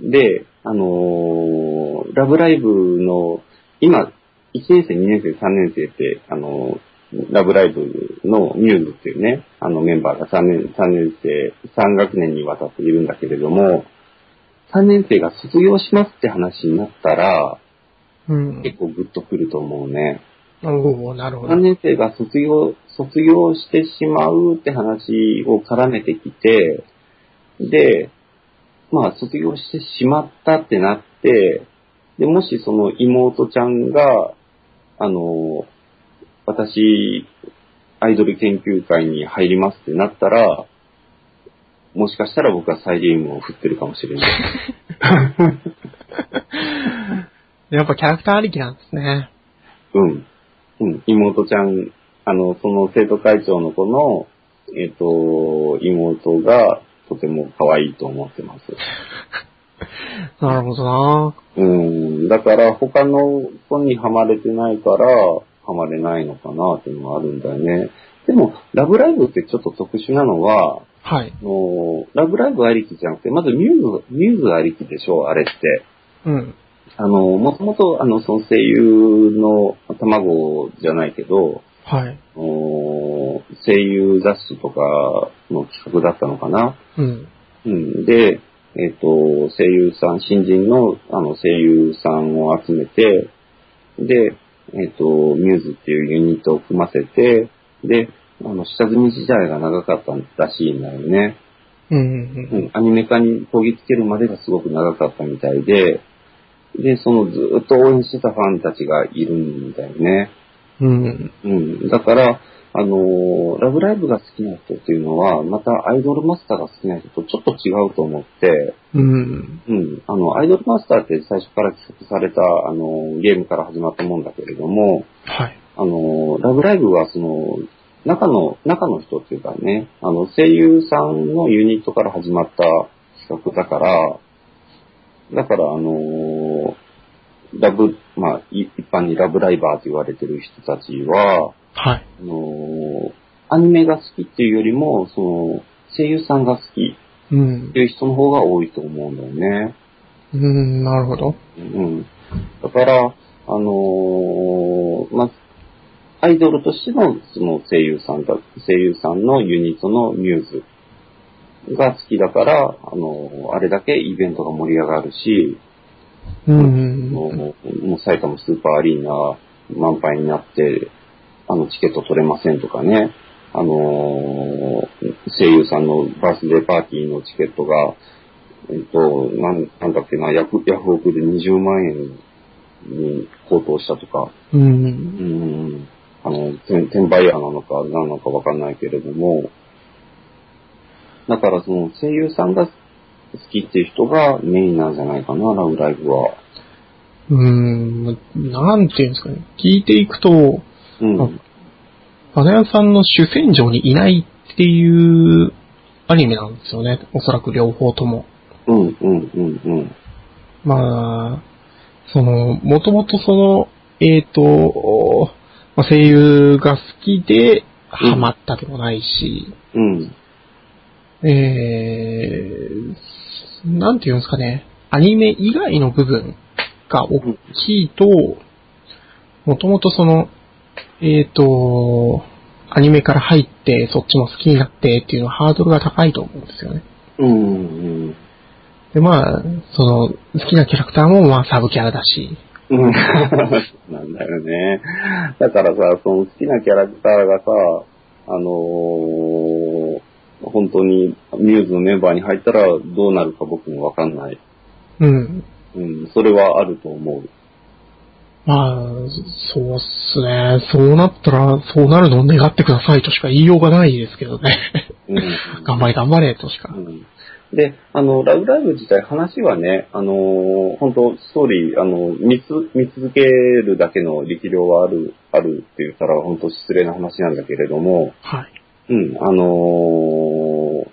Speaker 2: で、あのーラブライブの、今、1年生、2年生、3年生って、あのーラブライブのミューズっていうね、あのメンバーが3年、3年生、3学年にわたっているんだけれども、3年生が卒業しますって話になったら、
Speaker 1: うん。
Speaker 2: 結構グッとくると思うね。
Speaker 1: おーなるほど
Speaker 2: 3。年生が卒業、卒業してしまうって話を絡めてきて、で、まあ卒業してしまったってなって、で、もしその妹ちゃんが、あの、私、アイドル研究会に入りますってなったら、もしかしたら僕はサイリウムを振ってるかもしれない。
Speaker 1: やっぱキャラクターありきなんですね。
Speaker 2: うん。うん、妹ちゃん、あの、その生徒会長の子の、えっ、と、妹がとても可愛いと思ってます。
Speaker 1: なるほどな
Speaker 2: うん、だから他の子にはまれてないから、はまれないのかなっていうのはあるんだよね。でも、ラブライブってちょっと特殊なのは、
Speaker 1: はい。
Speaker 2: あのラブライブありきじゃなくて、まずミューズ、ミューズありきでしょ、あれって。
Speaker 1: うん。
Speaker 2: あの、もともと、あの、その声優の卵じゃないけど、
Speaker 1: はい。
Speaker 2: あの声優雑誌とかの企画だったのかな。
Speaker 1: うん。
Speaker 2: うん、で、えっ、と、声優さん、新人のあの声優さんを集めて、で、えっ、と、ミューズっていうユニットを組ませて、で、あの、下積み時代が長かったらしいんだよね。
Speaker 1: うん。う
Speaker 2: うんん、アニメ化にこぎつけるまでがすごく長かったみたいで、で、そのずっと応援してたファンたちがいるんだよね。
Speaker 1: うん。うん。
Speaker 2: うん。だから、あのーラブライブが好きな人っていうのは、またアイドルマスターが好きな人とちょっと違うと思って、
Speaker 1: うん。
Speaker 2: うん。あの、アイドルマスターって最初から企画された、あのーゲームから始まったもんだけれども、
Speaker 1: はい。
Speaker 2: あのーラブライブはその、中の、中の人っていうかね、あの、声優さんのユニットから始まった企画だから、だから、あのーラブ、まあ、い一般にラブライバーと言われてる人たちは、
Speaker 1: はい。
Speaker 2: あの、アニメが好きっていうよりも、その、声優さんが好き
Speaker 1: うん
Speaker 2: って。いう人の方が多いと思うんだよね。
Speaker 1: うん、なるほど。
Speaker 2: うん。だから、あのまあ、アイドルとしての、その声優さんだ、声優さんのユニットのミューズが好きだから、あのあれだけイベントが盛り上がるし、
Speaker 1: うん
Speaker 2: も
Speaker 1: うん。
Speaker 2: う、もう埼玉スーパーアリーナ満杯になって、あの、チケット取れませんとかね、あのー声優さんのバースデーパーティーのチケットが、えっと、なん、なんだっけな、ヤフ、ヤフオクで20万円に高騰したとか、
Speaker 1: う。
Speaker 2: うんん、あの、転転売ヤーなのか、何なのかわかんないけれども、だからその声優さんが好きっていう人がメインなんじゃないかな、ラブライブは。
Speaker 1: うん。なんていうんですかね。聞いていくと、
Speaker 2: うん。
Speaker 1: あ花屋さんの主戦場にいないっていうアニメなんですよね。おそらく両方とも。
Speaker 2: うんうんうんうん。
Speaker 1: まあ、その、もともとその、えっ、と、まあ、声優が好きで、
Speaker 2: うん
Speaker 1: ハマったでもないし、
Speaker 2: うん。
Speaker 1: えー、なんていうんですかね、アニメ以外の部分が大きいと、もともとその、えっ、と、アニメから入って、そっちも好きになってっていうのはハードルが高いと思うんですよね。
Speaker 2: うんうん。
Speaker 1: で、まあ、その、好きなキャラクターもまあサブキャラだし、
Speaker 2: うんなんだよね。だからさ、その好きなキャラクターがさ、あのー本当にミューズのメンバーに入ったらどうなるか僕もわかんない。
Speaker 1: うん。
Speaker 2: うん、それはあると思う。
Speaker 1: まあ、そうっすね。そうなったら、そうなるのを願ってくださいとしか言いようがないですけどね。
Speaker 2: うん、
Speaker 1: 頑張れ頑張れとしか
Speaker 2: う。んで、あの、ラブライブ自体話はね、あのー本当ストーリー、あの、見つ、見続けるだけの力量はある、あるって言ったら本当失礼な話なんだけれども、
Speaker 1: はい。
Speaker 2: うん、あのー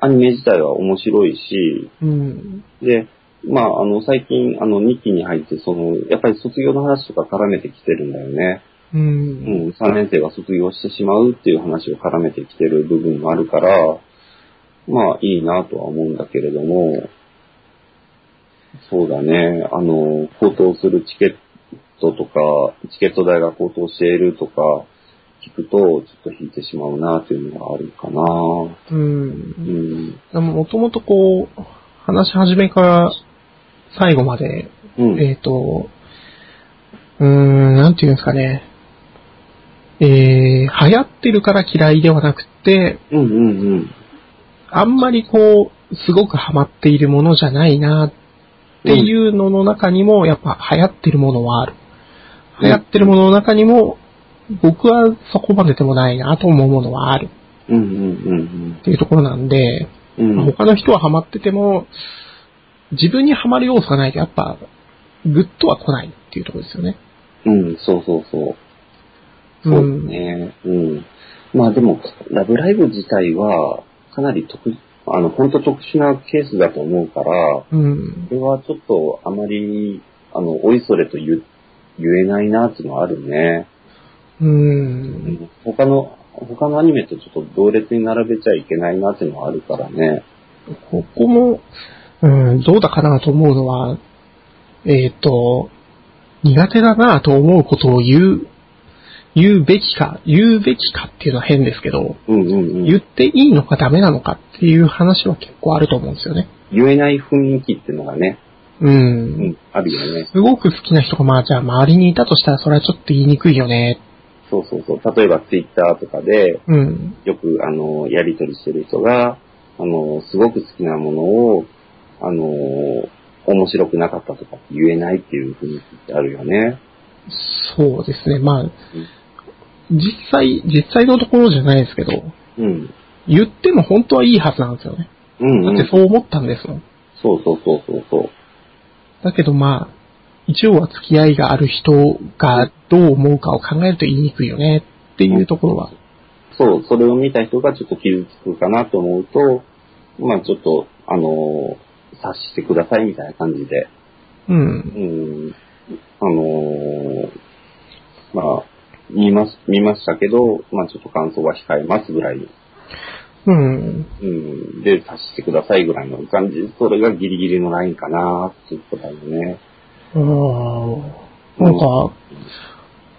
Speaker 2: アニメ自体は面白いし、
Speaker 1: うん。
Speaker 2: で、まあ、あの、最近、あの、2期に入って、その、やっぱり卒業の話とか絡めてきてるんだよね。
Speaker 1: う。
Speaker 2: うんん、3年生が卒業してしまうっていう話を絡めてきてる部分もあるから、まあ、いいなとは思うんだけれども、そうだね、あの、高騰するチケットとか、チケット代が高騰しているとか、聞くと、ちょっと引いてしまうなというのがあるかな
Speaker 1: う。
Speaker 2: うんん。
Speaker 1: でも、もともとこう、話し始めから最後まで、
Speaker 2: うん。
Speaker 1: えっ、と、うーん、なんていうんですかね。えー、流行ってるから嫌いではなくて、
Speaker 2: うんうんうん。
Speaker 1: あんまりこう、すごくハマっているものじゃないなっていうのの中にも、やっぱ流行ってるものはある。
Speaker 2: うん
Speaker 1: 流行ってるものの中にも、僕はそこまででもないなと思うものはある
Speaker 2: うんうん
Speaker 1: っていうところなんで、
Speaker 2: うんうん。うん。
Speaker 1: 他の人はハマってても、自分にハマる要素がないとやっぱ、グッとは来ないっていうところですよね。
Speaker 2: うん、そうそうそう。そうですね。うん。まあでも、ラブライブ自体は、かなり特、あの、本当特殊なケースだと思うから、
Speaker 1: うん。
Speaker 2: これはちょっとあまり、あの、おいそれと言言えないなっていうのはあるね。
Speaker 1: う。
Speaker 2: うんん他の、他のアニメとちょっと同列に並べちゃいけないなっていうのはあるからね。
Speaker 1: ここも、うん、どうだかなと思うのは、えっ、と、苦手だなと思うことを言う、言うべきか、言うべきかっていうのは変ですけど、
Speaker 2: うんうんうん。
Speaker 1: 言っていいのかダメなのかっていう話は結構あると思うんですよね。
Speaker 2: 言えない雰囲気っていうのがね、
Speaker 1: う。
Speaker 2: うんん、あるよね。
Speaker 1: すごく好きな人が、まあじゃあ周りにいたとしたらそれはちょっと言いにくいよね。
Speaker 2: そうそうそう。例えばツイッターとかで、
Speaker 1: うん。
Speaker 2: よく、あの、やりとりしてる人が、あの、すごく好きなものを、あの、面白くなかったとかって言えないっていう雰囲気ってあるよね。
Speaker 1: そうですね。まあ、実際、実際のところじゃないですけど、
Speaker 2: うん。
Speaker 1: 言っても本当はいいはずなんですよね。
Speaker 2: うん、
Speaker 1: だ
Speaker 2: う
Speaker 1: って
Speaker 2: ん。
Speaker 1: そう思ったんですもん。
Speaker 2: そうそうそうそうそう。
Speaker 1: だけどまあ、一応は付き合いがある人がどう思うかを考えると言いにくいよねっていうところは。
Speaker 2: そう、それを見た人がちょっと傷つくかなと思うと、まあちょっと、あの、察してくださいみたいな感じで、
Speaker 1: うん。
Speaker 2: うん、あの、まあ、見ます、見ましたけど、まあちょっと感想は控えますぐらい、
Speaker 1: うん。
Speaker 2: うん、で、察してくださいぐらいの感じ、それがギリギリのラインかなっていうことだよね。
Speaker 1: あーなんか、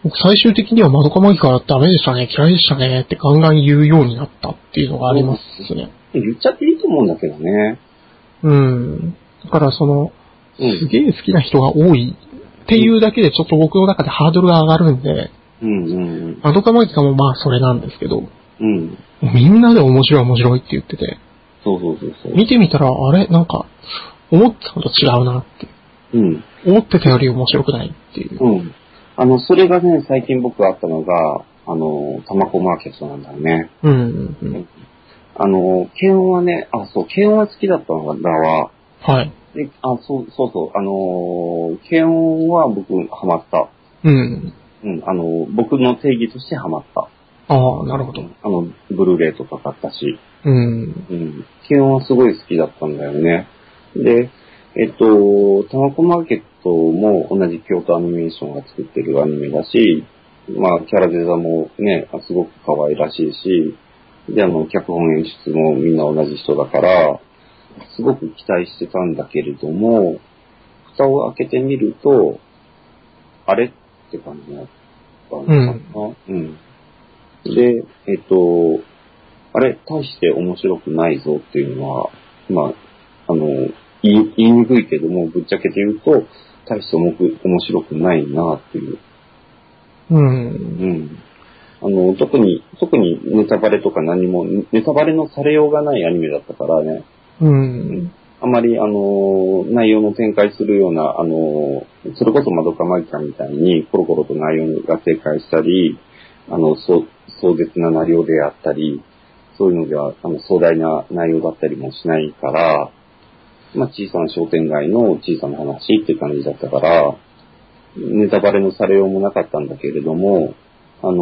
Speaker 1: 僕最終的には窓かマギからダメでしたね、嫌いでしたねってガンガン言うようになったっていうのがありますね。
Speaker 2: 言っちゃっていいと思うんだけどね。
Speaker 1: うん。だからその、
Speaker 2: う
Speaker 1: す
Speaker 2: ん。
Speaker 1: げえ好きな人が多いっていうだけでちょっと僕の中でハードルが上がるんで、
Speaker 2: うんうん
Speaker 1: 窓かマギかもまあそれなんですけど、
Speaker 2: うん。うん。
Speaker 1: みんなで面白い面白いって言ってて、
Speaker 2: そうそうそうそう。
Speaker 1: 見てみたら、あれなんか、思ってたのと違うなって。
Speaker 2: うん。
Speaker 1: 思ってたより面白くないっていう。
Speaker 2: うん。あの、それがね、最近僕あったのが、あの、タマコマーケットなんだよね。
Speaker 1: うん。うん
Speaker 2: あの、検温はね、あ、そう、検温は好きだったのが、だわ。
Speaker 1: はい。
Speaker 2: で、あ、そう、そうそう、あの、検温は僕、ハマった。
Speaker 1: うん。
Speaker 2: うん、あの、僕の定義としてハマった。
Speaker 1: ああ、なるほど。
Speaker 2: あの、ブルーレイとか買ったし、
Speaker 1: うん。
Speaker 2: うん、検温はすごい好きだったんだよね。で、えっと、タマコマーケットも同じ京都アニメーションが作ってるアニメだし、まあ、キャラデザもね、すごく可愛らしいし、で、あの、脚本演出もみんな同じ人だから、すごく期待してたんだけれども、蓋を開けてみると、あれって感じだったのかな。うん。で、えっと、あれ、大して面白くないぞっていうのは、まあ、あの、言い言いにくいけども、ぶっちゃけて言うと、大して重く面白くないなっていう。
Speaker 1: う。
Speaker 2: うんん。あの、特に、特にネタバレとか何も、ネタバレのされようがないアニメだったからね、
Speaker 1: うん。
Speaker 2: あまり、あの、内容の展開するような、あの、それこそ窓かマギカみたいに、コロコロと内容が展開したり、あの、そう壮絶な内容であったり、そういうのでは、あの、壮大な内容だったりもしないから、まあ、小さな商店街の小さな話っていう感じだったから、ネタバレのされようもなかったんだけれども、あの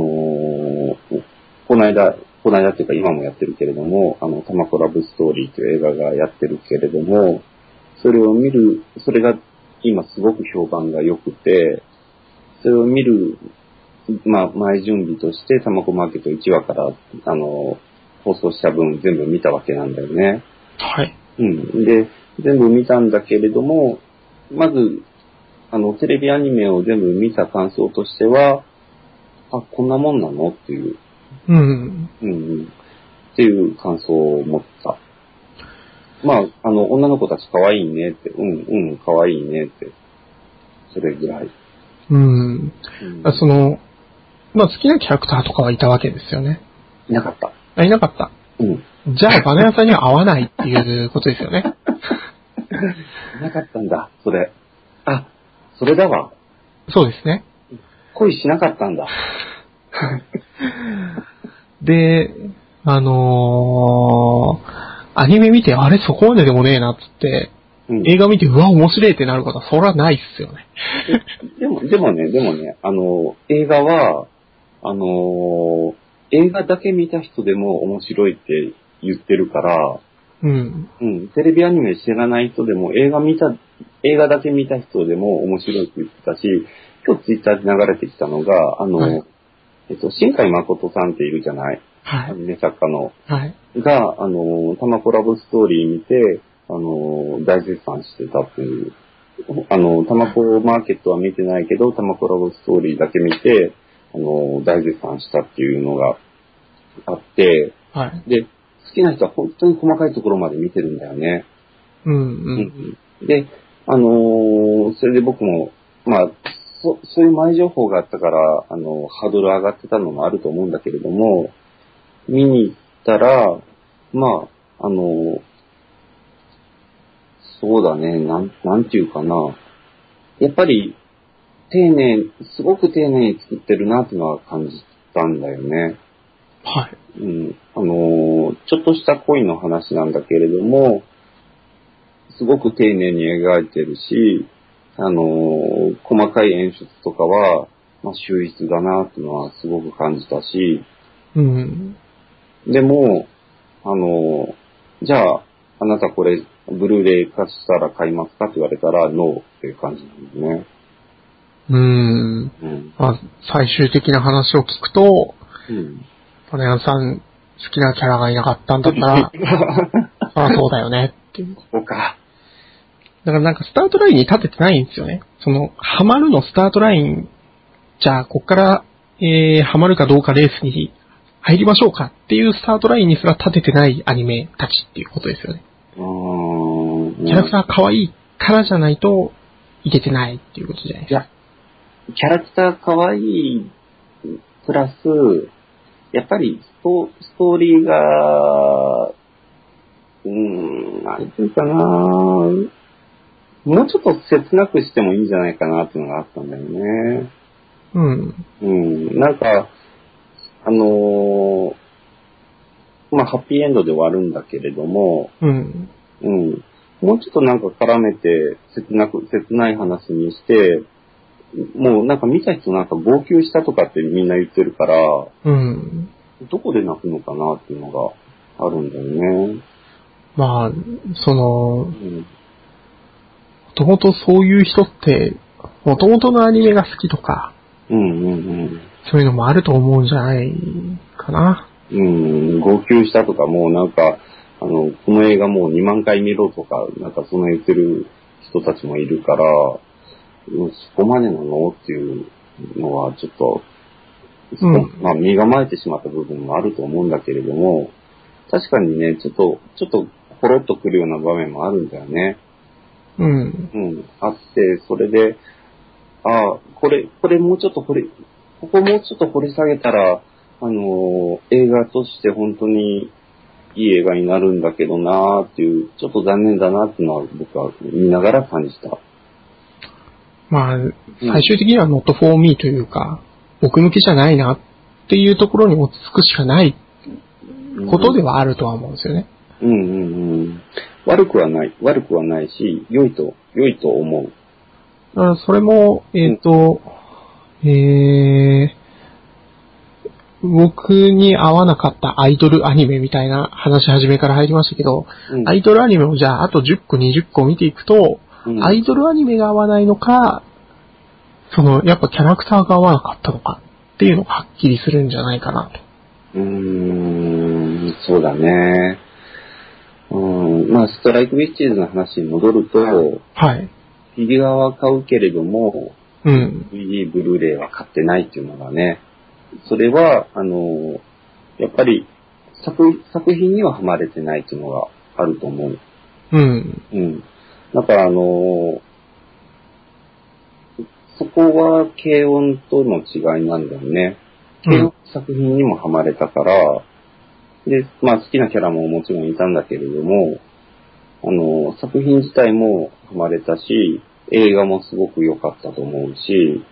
Speaker 2: この間、この間っていうか今もやってるけれども、あの、タマコラブストーリーという映画がやってるけれども、それを見る、それが今すごく評判が良くて、それを見る、まあ、前準備としてタマコマーケット1話から、あの、放送した分全部見たわけなんだよね。
Speaker 1: はい。
Speaker 2: うん。で、全部見たんだけれども、まず、あの、テレビアニメを全部見た感想としては、あ、こんなもんなのっていう、
Speaker 1: うん。
Speaker 2: うんうん、っていう感想を持った。まあ、あの、女の子たち可愛いねって、うん、うん、可愛いねって、それぐらい。
Speaker 1: うん。
Speaker 2: うん
Speaker 1: その、まあ好きなキャラクターとかはいたわけですよね。
Speaker 2: いなかった。
Speaker 1: あ、いなかった。
Speaker 2: うん。
Speaker 1: じゃあバナナさんには合わないっていうことですよ ね。
Speaker 2: いなかったんだ、それ。あ、それだわ。
Speaker 1: そうですね。
Speaker 2: 恋しなかったんだ。
Speaker 1: で、あのー、アニメ見て、あれそこまででもねえなっつって、
Speaker 2: うん
Speaker 1: 映画見て、うわ、面白いってなることは、そらないっすよね。
Speaker 2: でも、でもね、でもね、あの、映画は、あのー映画だけ見た人でも面白いって言ってるから、
Speaker 1: うん。
Speaker 2: うん、テレビアニメ知らない人でも映画見た、映画だけ見た人でも面白いって言ってたし、今日ツイッターで流れてきたのが、あの、
Speaker 1: はい
Speaker 2: えっと、新海誠さんっているじゃない
Speaker 1: は
Speaker 2: ア
Speaker 1: い。
Speaker 2: ニメ作家の。
Speaker 1: はい。
Speaker 2: が、あの、たまコラボストーリー見て、あの、大絶賛してたっていう。あの、たまこマーケットは見てないけど、たまコラボストーリーだけ見て、あの、大絶賛したっていうのがあって、
Speaker 1: はい。
Speaker 2: で、好きな人は本当に細かいところまで見てるんだよね。
Speaker 1: うん
Speaker 2: う
Speaker 1: うん。
Speaker 2: んで、あのーそれで僕も、まあ、そそういう前情報があったから、あのハードル上がってたのもあると思うんだけれども、見に行ったら、まあ、あのーそうだね、なん、なんていうかな。やっぱり、丁寧、すごく丁寧に作ってるなっていうのは感じたんだよね。
Speaker 1: はい。
Speaker 2: うん、あのーちょっとした恋の話なんだけれども、すごく丁寧に描いてるし、あのー細かい演出とかは、まあ、秀逸だなっていうのはすごく感じたし、
Speaker 1: うん。
Speaker 2: でも、あのーじゃあ、あなたこれ、ブルーレイ化したら買いますかって言われたら、ノーっていう感じなんだね。
Speaker 1: うん。
Speaker 2: うん。
Speaker 1: まあ、最終的な話を聞くと、
Speaker 2: うん。
Speaker 1: パネヤンさん、好きなキャラがいなかったんだった ら、ああ、そうだよね、っていう。
Speaker 2: そうか。
Speaker 1: だからなんかスタートラインに立ててないんですよね。その、ハマるのスタートライン、じゃあ、こっから、えー、ハマるかどうかレースに入りましょうかっていうスタートラインにすら立ててないアニメたちっていうことですよね。
Speaker 2: うーん。
Speaker 1: キャラクター可愛いからじゃないと、いけてないっていうことじゃないですか。
Speaker 2: キャラクター可愛い、プラス、やっぱりストストーリーが、うーん、なんていうかなもうちょっと切なくしてもいいんじゃないかなっていうのがあったんだよね。
Speaker 1: うん。
Speaker 2: うん、なんか、あのーまあ、ハッピーエンドで終わるんだけれども、
Speaker 1: うん。
Speaker 2: うん。もうちょっとなんか絡めて、切なく、切ない話にして、もうなんか見た人なんか号泣したとかってみんな言ってるから、
Speaker 1: うん。
Speaker 2: どこで泣くのかなっていうのがあるんだよね。
Speaker 1: まあ、その
Speaker 2: う、ん。
Speaker 1: もともとそういう人って、もともとのアニメが好きとか、
Speaker 2: うんうん
Speaker 1: そういうのもあると思うんじゃないかな。
Speaker 2: うん。うん、号泣したとかもうなんか、あの、この映画もう2万回見ろとか、なんかそんな言ってる人たちもいるから、うんそこまでなのっていうのはちょっと、
Speaker 1: うん
Speaker 2: まあ、身構えてしまった部分もあると思うんだけれども、確かにね、ちょっと、ちょっと、ほろっとくるような場面もあるんだよね。
Speaker 1: うん。
Speaker 2: うん。あって、それで、ああ、これ、これもうちょっと掘り、ここもうちょっと掘り下げたら、あのー映画として本当にいい映画になるんだけどなーっていう、ちょっと残念だなっていうのは僕は見ながら感じた。
Speaker 1: まあ、最終的には not for me というか、奥向きじゃないなっていうところに落ち着くしかないことではあるとは思うんですよね。
Speaker 2: うんうんうん。悪くはない。悪くはないし、良いと、良いと思う。
Speaker 1: だからそれも、えっ、と、えー、僕に合わなかったアイドルアニメみたいな話し始めから入りましたけど、
Speaker 2: うん
Speaker 1: アイドルアニメをじゃああと10個20個見ていくと、
Speaker 2: うん
Speaker 1: アイドルアニメが合わないのか、その、やっぱキャラクターが合わなかったのかっていうのがはっきりするんじゃないかなと。
Speaker 2: うーん、そうだね。うん、まあ、ストライクウィッチーズの話に戻ると、
Speaker 1: はい。
Speaker 2: フィギュアは買うけれども、
Speaker 1: うん。
Speaker 2: 3D ブルーレイは買ってないっていうのがね、それは、あの、やっぱり作作品にはハマれてないっていうのがあると思う。
Speaker 1: うん。
Speaker 2: うん。だから、あの、そこは軽音との違いなんだよね。
Speaker 1: う
Speaker 2: 軽音
Speaker 1: ん。
Speaker 2: 作品にもハマれたから、で、まあ好きなキャラももちろんいたんだけれども、あの、作品自体もハマれたし、映画もすごく良かったと思うし、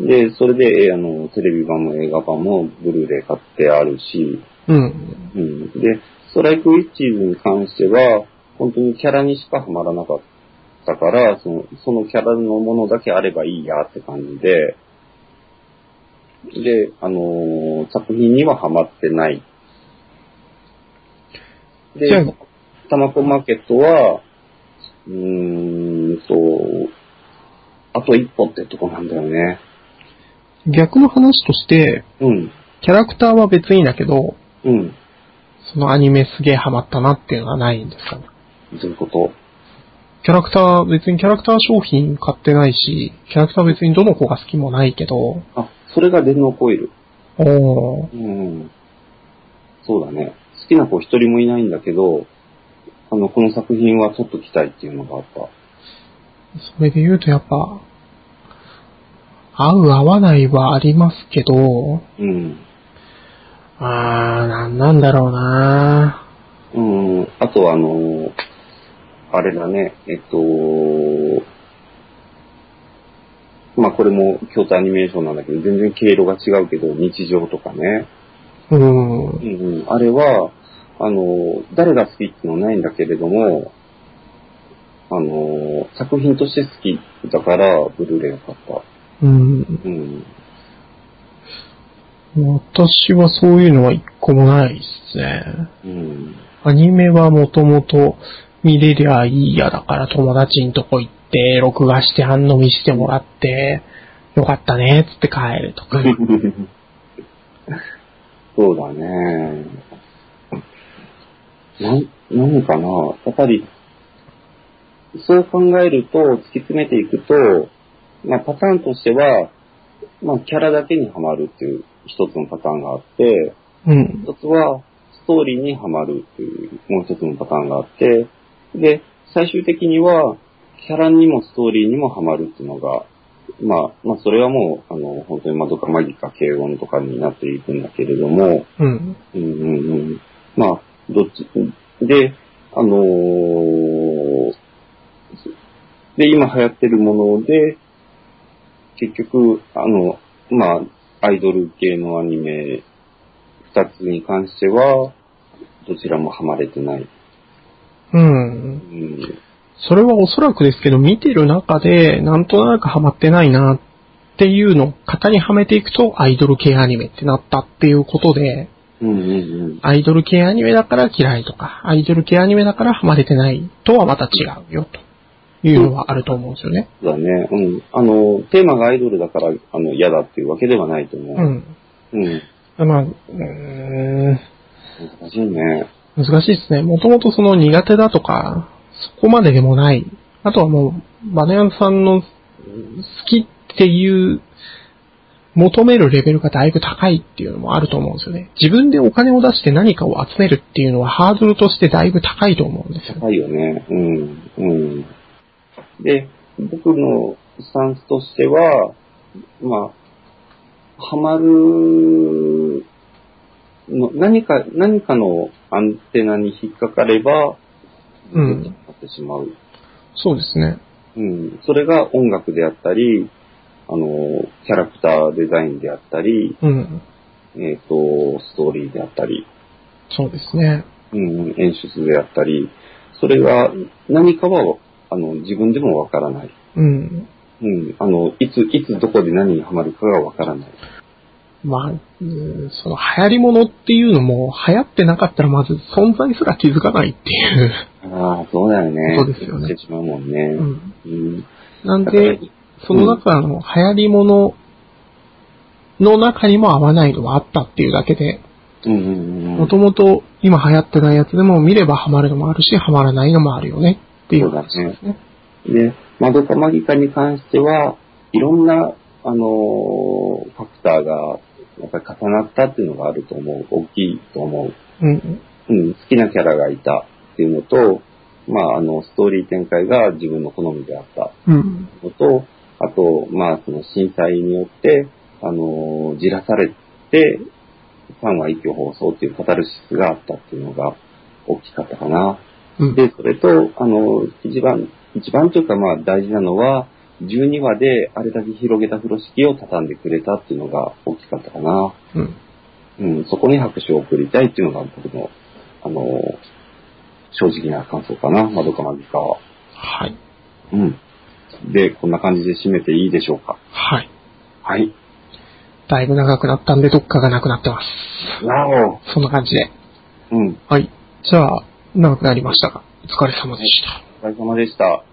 Speaker 2: で、それで、えあの、テレビ版も映画版もブルーレイ買ってあるし、
Speaker 1: うん。
Speaker 2: うん。で、ストライクウィッチーズに関しては、本当にキャラにしかハマらなかったから、そのそのキャラのものだけあればいいやって感じで、で、あのー作品にはハマってない。で
Speaker 1: じゃあ、
Speaker 2: タマコマーケットは、うーんと、あと一歩ってとこなんだよね。
Speaker 1: 逆の話として、
Speaker 2: うん、
Speaker 1: キャラクターは別にだけど、
Speaker 2: うん。
Speaker 1: そのアニメすげえハマったなっていうのはないんですかね。
Speaker 2: どういうこと
Speaker 1: キャラクター、別にキャラクター商品買ってないし、キャラクター別にどの子が好きもないけど、
Speaker 2: あ、それが電脳コイル。
Speaker 1: おー、
Speaker 2: うん。そうだね。好きな子一人もいないんだけど、あの、この作品は撮っときたいっていうのがあった。
Speaker 1: それで言うとやっぱ、合う合わないはありますけど、
Speaker 2: うん。
Speaker 1: あー、なんなんだろうな
Speaker 2: うん。あとあの、あれだね、えっと、まあこれも京都アニメーションなんだけど、全然経路が違うけど、日常とかね。
Speaker 1: うん。
Speaker 2: うんうん。あれは、あの、誰が好きってのはないんだけれども、あの、作品として好きだから、ブルーレイを買った。
Speaker 1: うん。
Speaker 2: うん。
Speaker 1: 私はそういうのは一個もないっすね。
Speaker 2: うん。
Speaker 1: アニメはもともと見れりゃいいやだから友達んとこ行って、録画して反応見してもらって、よかったねっつって帰るとか。
Speaker 2: そうだね。なん、何かなやっぱり、そう考えると、突き詰めていくと、まあ、パターンとしては、まあ、キャラだけにはまるっていう一つのパターンがあって、
Speaker 1: うん。
Speaker 2: 一つは、ストーリーにはまるっていう、もう一つのパターンがあって、で、最終的には、キャラにもストーリーにもはまるっていうのが、まあ、まあ、それはもう、あの、本当にマドカマギか軽音とかになっていくんだけれども、
Speaker 1: うん。
Speaker 2: うんうんうん。まあ、どっち、で、あのーで、今流行ってるもので、結局、あの、まあ、アイドル系のアニメ二つに関しては、どちらもハマれてない。
Speaker 1: うん
Speaker 2: う。ん。
Speaker 1: それはおそらくですけど、見てる中で、なんとなくハマってないなっていうのを型にはめていくと、アイドル系アニメってなったっていうことで、
Speaker 2: うんうん
Speaker 1: アイドル系アニメだから嫌いとか、アイドル系アニメだからハマれてないとはまた違うよというのはあると思うんですよね。
Speaker 2: うん。だね。うん。あの、テーマがアイドルだから、あの、嫌だっていうわけではないと思う。
Speaker 1: うん。
Speaker 2: うん。
Speaker 1: まあ、うーん、
Speaker 2: 難しいね。
Speaker 1: 難しいですね。もともとその苦手だとか、そこまででもない。あとはもう、バネアンさんのうん好きっていう、求めるレベルがだいぶ高いっていうのもあると思うんですよね。自分でお金を出して何かを集めるっていうのはハードルとしてだいぶ高いと思うんですよね。
Speaker 2: 高いよね。うん。うん。で、僕のスタンスとしては、まあ、ハマるの、何か、何かのアンテナに引っかかれば、
Speaker 1: うん
Speaker 2: 出てってしまう。
Speaker 1: そうですね。
Speaker 2: うん。それが音楽であったり、あの、キャラクターデザインであったり、
Speaker 1: うん。
Speaker 2: えっ、と、ストーリーであったり、
Speaker 1: そうですね。
Speaker 2: うん、演出であったり、それが何かは、あの、自分でもわからない。
Speaker 1: うん。
Speaker 2: うん、あの、いつ、いつどこで何にハマるかがわからない。
Speaker 1: まあ、うんその流行り物っていうのも流行ってなかったらまず存在すら気づかないっていう。
Speaker 2: ああ、そうだよね。
Speaker 1: そうですよね
Speaker 2: してしまうもんね。
Speaker 1: う
Speaker 2: うん。
Speaker 1: ん。なん
Speaker 2: だから
Speaker 1: で、その中の流行り物の中にも合わないのはあったっていうだけで、
Speaker 2: うんうんうん。
Speaker 1: もともと今流行ってないやつでも見ればハマるのもあるし、ハマらないのもあるよねっていう話ですね。
Speaker 2: で、マドカマギカに関しては、いろんな、あのーファクターが、やっぱり重なったっていうのがあると思う。大きいと思う。
Speaker 1: うん。
Speaker 2: うん、好きなキャラがいたっていうのと、まあ、あの、ストーリー展開が自分の好みであった。
Speaker 1: うん。
Speaker 2: のと、あと、まあ、その震災によって、あの、じらされて、3話一挙放送っていうカタルシスがあったっていうのが大きかったかな。
Speaker 1: うん。
Speaker 2: で、それと、あの、一番、一番というかまあ大事なのは、12話であれだけ広げた風呂敷を畳んでくれたっていうのが大きかったかな。
Speaker 1: うん。
Speaker 2: うん、そこに拍手を送りたいっていうのが僕の、あの、正直な感想かな。まどかまぎかは。
Speaker 1: はい。
Speaker 2: うん。で、こんな感じで締めていいでしょうか。
Speaker 1: はい。
Speaker 2: はい。
Speaker 1: だいぶ長くなったんで、どっかがなくなってます。
Speaker 2: なお、
Speaker 1: そんな感じで。
Speaker 2: うん。
Speaker 1: はい。じゃあ、長くなりましたが、お疲れ様でした。
Speaker 2: お疲れ様でした。